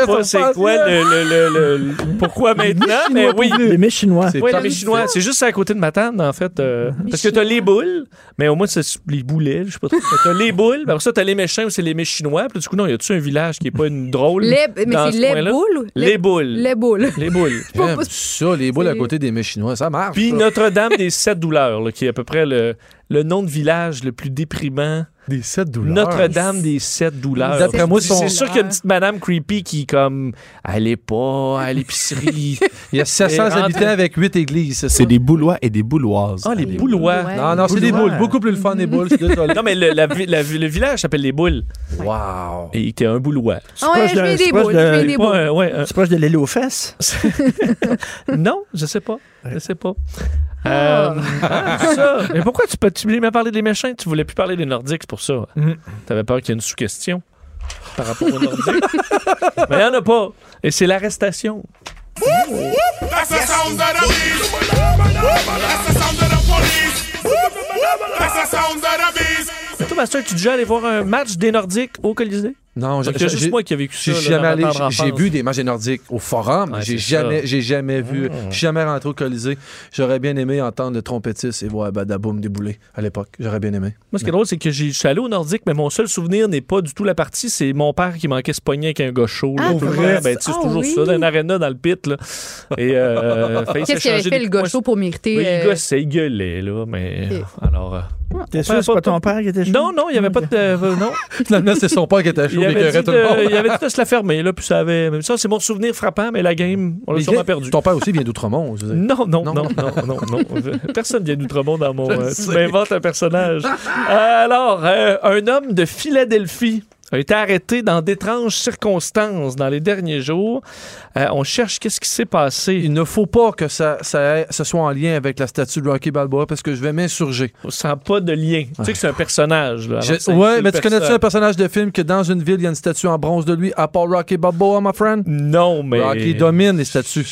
C: pas c'est quoi le, le- le- le- le- Pourquoi maintenant, mais oui.
F: Les mets chinois.
C: Ouais, les mets chinois. C'est juste à côté de ma tante, en fait. euh, parce que t'as les boules, mais au moins, c'est les boulets, je sais pas trop. Mais T'as les boules, mais après ça, t'as les mets chiens ou c'est les mets chinois. Puis là, du coup, non, y a-tu un village qui est pas une drôle.
D: Les- mais
C: dans
D: c'est
C: ce
D: les
C: coin-là?
D: boules ou-
C: Les,
D: les-
C: boules.
D: Les boules.
C: Les boules.
E: J'aime ça, les boules à côté des mets chinois, ça marche.
C: Puis
E: ça.
C: Notre-Dame des Sept Douleurs, là, qui est à peu près le, le nom de village le plus déprimant.
E: Des Sept Douleurs.
C: Notre-Dame des Sept Douleurs.
E: D'après moi,
C: c'est
E: son-
C: sûr qu'il y a une petite madame creepy qui, comme, allez pas à l'épicerie.
E: Il y a 700 habitants avec 8 églises.
H: C'est des boulois et des bouloises.
C: Ah, les boulois.
E: Non, non, c'est des boules. Beaucoup plus le fun des boules, je suis désolé.
C: Non, mais le, la vi- la vi- le village s'appelle les boules.
E: Wow.
C: Et t'es un boulois.
F: C'est proche
D: Ah ouais, je
F: de-
D: mets
F: c'est
D: des
F: proche
D: boules,
F: de-
D: je mets des
F: c'est
D: boules.
C: Ouais, ouais, euh,
F: C'est proche de l'aile aux fesses.
C: non, je sais pas. Je sais pas. Euh, ah, ça. Mais pourquoi tu, peux- tu voulais même parler des méchants? Tu voulais plus parler des Nordiques, c'est pour ça.
E: Mm.
C: T'avais peur qu'il y ait une sous-question par rapport aux Nordiques. Mais il n'y en a pas. Et c'est l'arrestation.
G: That's the sound of the beast. That's the sound of the police. That's the sound of the beast.
C: Mais Toi, Master, tu es déjà allé voir un match des Nordiques au Colisée?
E: Non,
C: Fait
E: j'ai
C: que juste
E: j'ai-
C: moi qui ai vécu ça,
E: J'ai
C: là,
E: jamais
C: dans ma
E: allé.
C: tendre
E: j'ai- J'ai
C: enfance.
E: vu des matchs des Nordiques au Forum.
C: Ouais,
E: j'ai
C: c'est
E: jamais,
C: ça. Hmm.
E: j'ai jamais vu. Je suis jamais rentré au Colisée. J'aurais bien aimé entendre le trompettiste et voir Badaboum débouler à l'époque. J'aurais bien aimé.
C: Moi, ce qui est drôle, c'est que j'ai- je suis allé au Nordique, mais mon seul souvenir n'est pas du tout la partie. C'est mon père qui manquait se pogner avec un gars chaud. là.
D: Ah,
C: Tout le
D: vrai?
C: temps, ben, tu sais, c'est
D: Ah,
C: toujours
D: oui.
C: ça, dans un aréna, dans le pit. Là. Et, euh, fait, il s'est
D: Qu'est-ce qu'il avait
C: changé
D: fait
C: des
D: le
C: coups.
D: gaucho pour mériter.
C: Oui,
D: euh,
C: le gars, c'est gueulé, là, mais...
D: Ok.
C: Alors... euh,
F: T'es
C: on
F: sûr
C: perd
F: que c'est pas ton père qui était chaud?
C: Non, non, il n'y avait pas de... euh, non.
E: Finalement, c'est son père qui était chaud
C: Il
E: et qui
C: avait, dit
E: aurait tout le
C: de,
E: monde.
C: il avait dit de se la fermer, là, puis ça avait... Même ça, c'est mon souvenir frappant, mais la game, on
E: Mais
C: l'a
E: il
C: sûrement
E: vient-
C: perdu.
E: Ton père aussi vient d'Outremont. je veux dire.
C: Non, non, non,
E: Non.
C: non, non, non. Personne vient d'Outremont dans mon...
E: Je
C: euh,
E: le
C: tu
E: sais.
C: m'inventes un personnage. Alors, euh, un homme de Philadelphie a été arrêté dans d'étranges circonstances dans les derniers jours. Euh, on cherche qu'est-ce qui s'est passé.
E: Il ne faut pas que ça, ça, ça soit en lien avec la statue de Rocky Balboa parce que je vais m'insurger.
C: On sent pas de lien. Tu sais que c'est un personnage. Là, Alors, Ben
E: Je-
C: c'est- c'est
E: ouais,
C: le
E: mais tu
C: perso-
E: connais-tu un personnage de film que dans une ville, il y a une statue en bronze de lui, à part Rocky Balboa, my friend?
C: Non, mais.
E: Rocky domine les statues.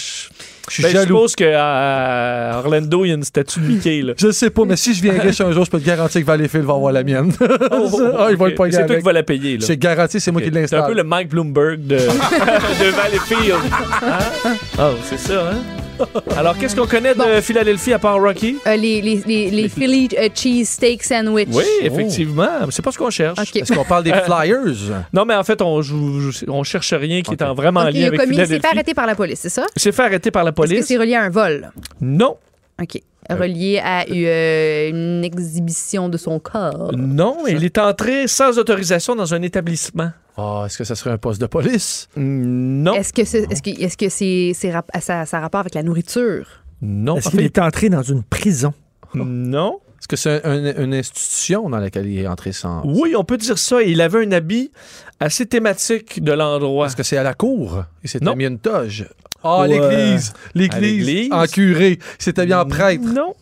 E: Je suis
C: Ben, je
E: jaloux.
C: suppose qu'à Orlando, il y a une statue de Mickey. Là.
E: Je sais pas, mais si je viens riche un jour, je peux te garantir que Valleyfield va avoir la mienne. ah, il va
C: Ok.
E: le pogner
C: C'est toi
E: avec.
C: qui vas la payer. là.
E: C'est garanti, c'est moi
C: Ok.
E: qui
C: C'est un peu
E: l'installe.
C: le Mike Bloomberg de, de Valleyfield. Hein? Oh, c'est ça, hein? Alors, qu'est-ce qu'on connaît de Philadelphie à part Rocky?
D: euh, les, les, les, les Philly euh, Cheese Steak Sandwich. Oh.
C: Oui, effectivement. mais C'est pas ce qu'on cherche.
D: OK.
E: Est-ce qu'on parle des Flyers?
C: Non, mais en fait, on, joue- on cherche rien qui est en vraiment
D: Donc, il,
C: lien
D: a
C: avec
D: commis, il s'est fait
C: Philadelphie.
D: arrêter par la police, c'est ça?
C: Il s'est fait arrêter par la
D: Est-ce que
C: police.
D: c'est relié à un vol?
C: Non.
D: OK. Relié à euh, une exhibition de son corps.
C: Non, il est entré sans autorisation dans un établissement.
E: Ah, est-ce que ça serait un poste de police?
C: Hmm, Non.
D: Est-ce que c'est est-ce que, est-ce que c'est, c'est rap- ça, ça a rapport avec la nourriture?
C: Non.
F: Est-ce
C: En
F: qu'il
C: fait,
F: est entré dans une prison?
C: non.
E: Est-ce que c'est un- un- une institution dans laquelle il est entré sans.
C: Oui, on peut dire ça. Il avait un habit assez thématique de l'endroit.
E: Est-ce que c'est à la cour? Il s'était
C: Non.
E: mis une toge. Ah,
C: Ouais.
E: l'église!
C: À
E: L'église! Mm.
C: l'église.
E: En curé! Il s'était bien en prêtre!
C: Non.
E: En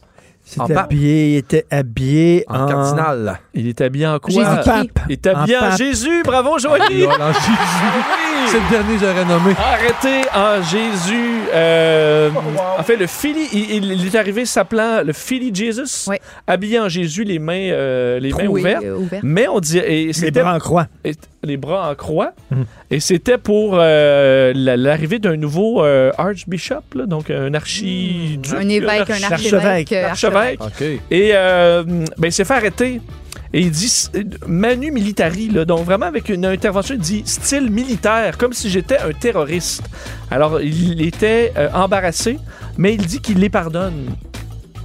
F: C'était
E: pape.
F: habillé, il était habillé en...
E: En cardinal!
C: Il était habillé en quoi?
F: En pape.
C: Il était habillé
F: En
C: en
F: pape.
C: Jésus. Bravo, Joanie.
E: Là, là, Jésus. c'est le dernier que j'aurais nommé.
C: Arrêté en Jésus. euh,
E: Oh,
C: En fait, le Philly, il, il est arrivé s'appelant le Philly Jesus,
D: Ouais.
C: habillé en Jésus, les mains, euh, les mains
D: Troué,
C: ouvertes.
D: euh, ouvert.
C: Mais on dirait. et
F: Les
C: c'était-
F: bras en croix.
C: et- les bras en croix. Et c'était pour euh, la- l'arrivée d'un nouveau euh, archbishop, là, donc un archi.
D: Hmm. Un évêque, un archevêque.
F: archevêque.
D: euh,
C: Archevêque.
E: OK.
C: Et euh, ben, il s'est fait arrêter. Et il dit s- Manu Militari, là, donc vraiment avec une intervention, il dit style militaire, comme si j'étais un terroriste. Alors, il était euh, embarrassé, mais il dit qu'il les pardonne.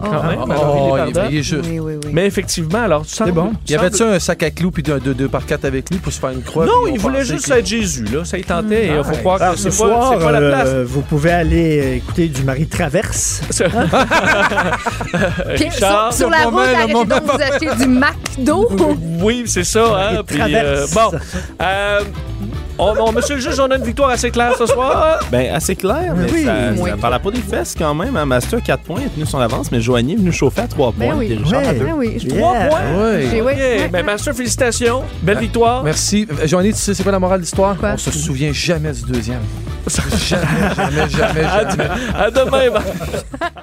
D: Ah.
C: Quand même. Alors,
E: Oh,
C: il les
E: il,
C: pardonne.
E: il est juste.
D: Oui, oui, oui.
C: Mais effectivement, alors, tu sembles-
F: bon.
E: Y avait-tu un sac à clous puis un 2 2 par 4 avec lui pour se faire une croix?
C: Non,
E: puis on
C: il voulait
E: pensait
C: juste
E: que-
C: être Jésus, là. Ça, il tentait. Il faut croire
F: Alors,
C: que
F: Hmm. Ah, ce
C: c'est pas,
F: soir,
C: c'est pas la
F: euh,
C: place.
F: vous pouvez aller euh, écouter du Marie Traverse.
D: Puis,
C: Richard,
D: sur, sur la
E: le
D: route,
E: moment, le
D: arrêtez
E: moment.
D: donc vous acheter du McDo.
C: Oui, c'est ça. Hein?
F: Il
C: Puis, euh,
F: traverse.
C: bon. Euh, on, on- monsieur le juge, on a une victoire assez claire ce
F: Ah,
C: soir.
H: Ben, assez clair, mais
F: Oui.
H: ça, ça
D: Oui.
H: parle pas des fesses quand même. Hein. Master, 4 points, est tenu son avance, mais Joanie est venu chauffer à 3 points.
D: Ben oui.
H: puis Richard, à deux.
D: Ah oui, je
F: Yeah.
C: Trois points.
E: Ouais.
D: J'ai-
C: Ok.
D: ouais, ouais,
C: Ben,
D: ouais.
C: Master, félicitations. Belle
F: Ah.
C: victoire.
E: Merci. Euh, Joanie, tu sais, c'est quoi la morale de l'histoire?
D: Quoi?
E: On se souvient jamais du deuxième. jamais, jamais, jamais,
C: À,
E: jamais.
C: à demain.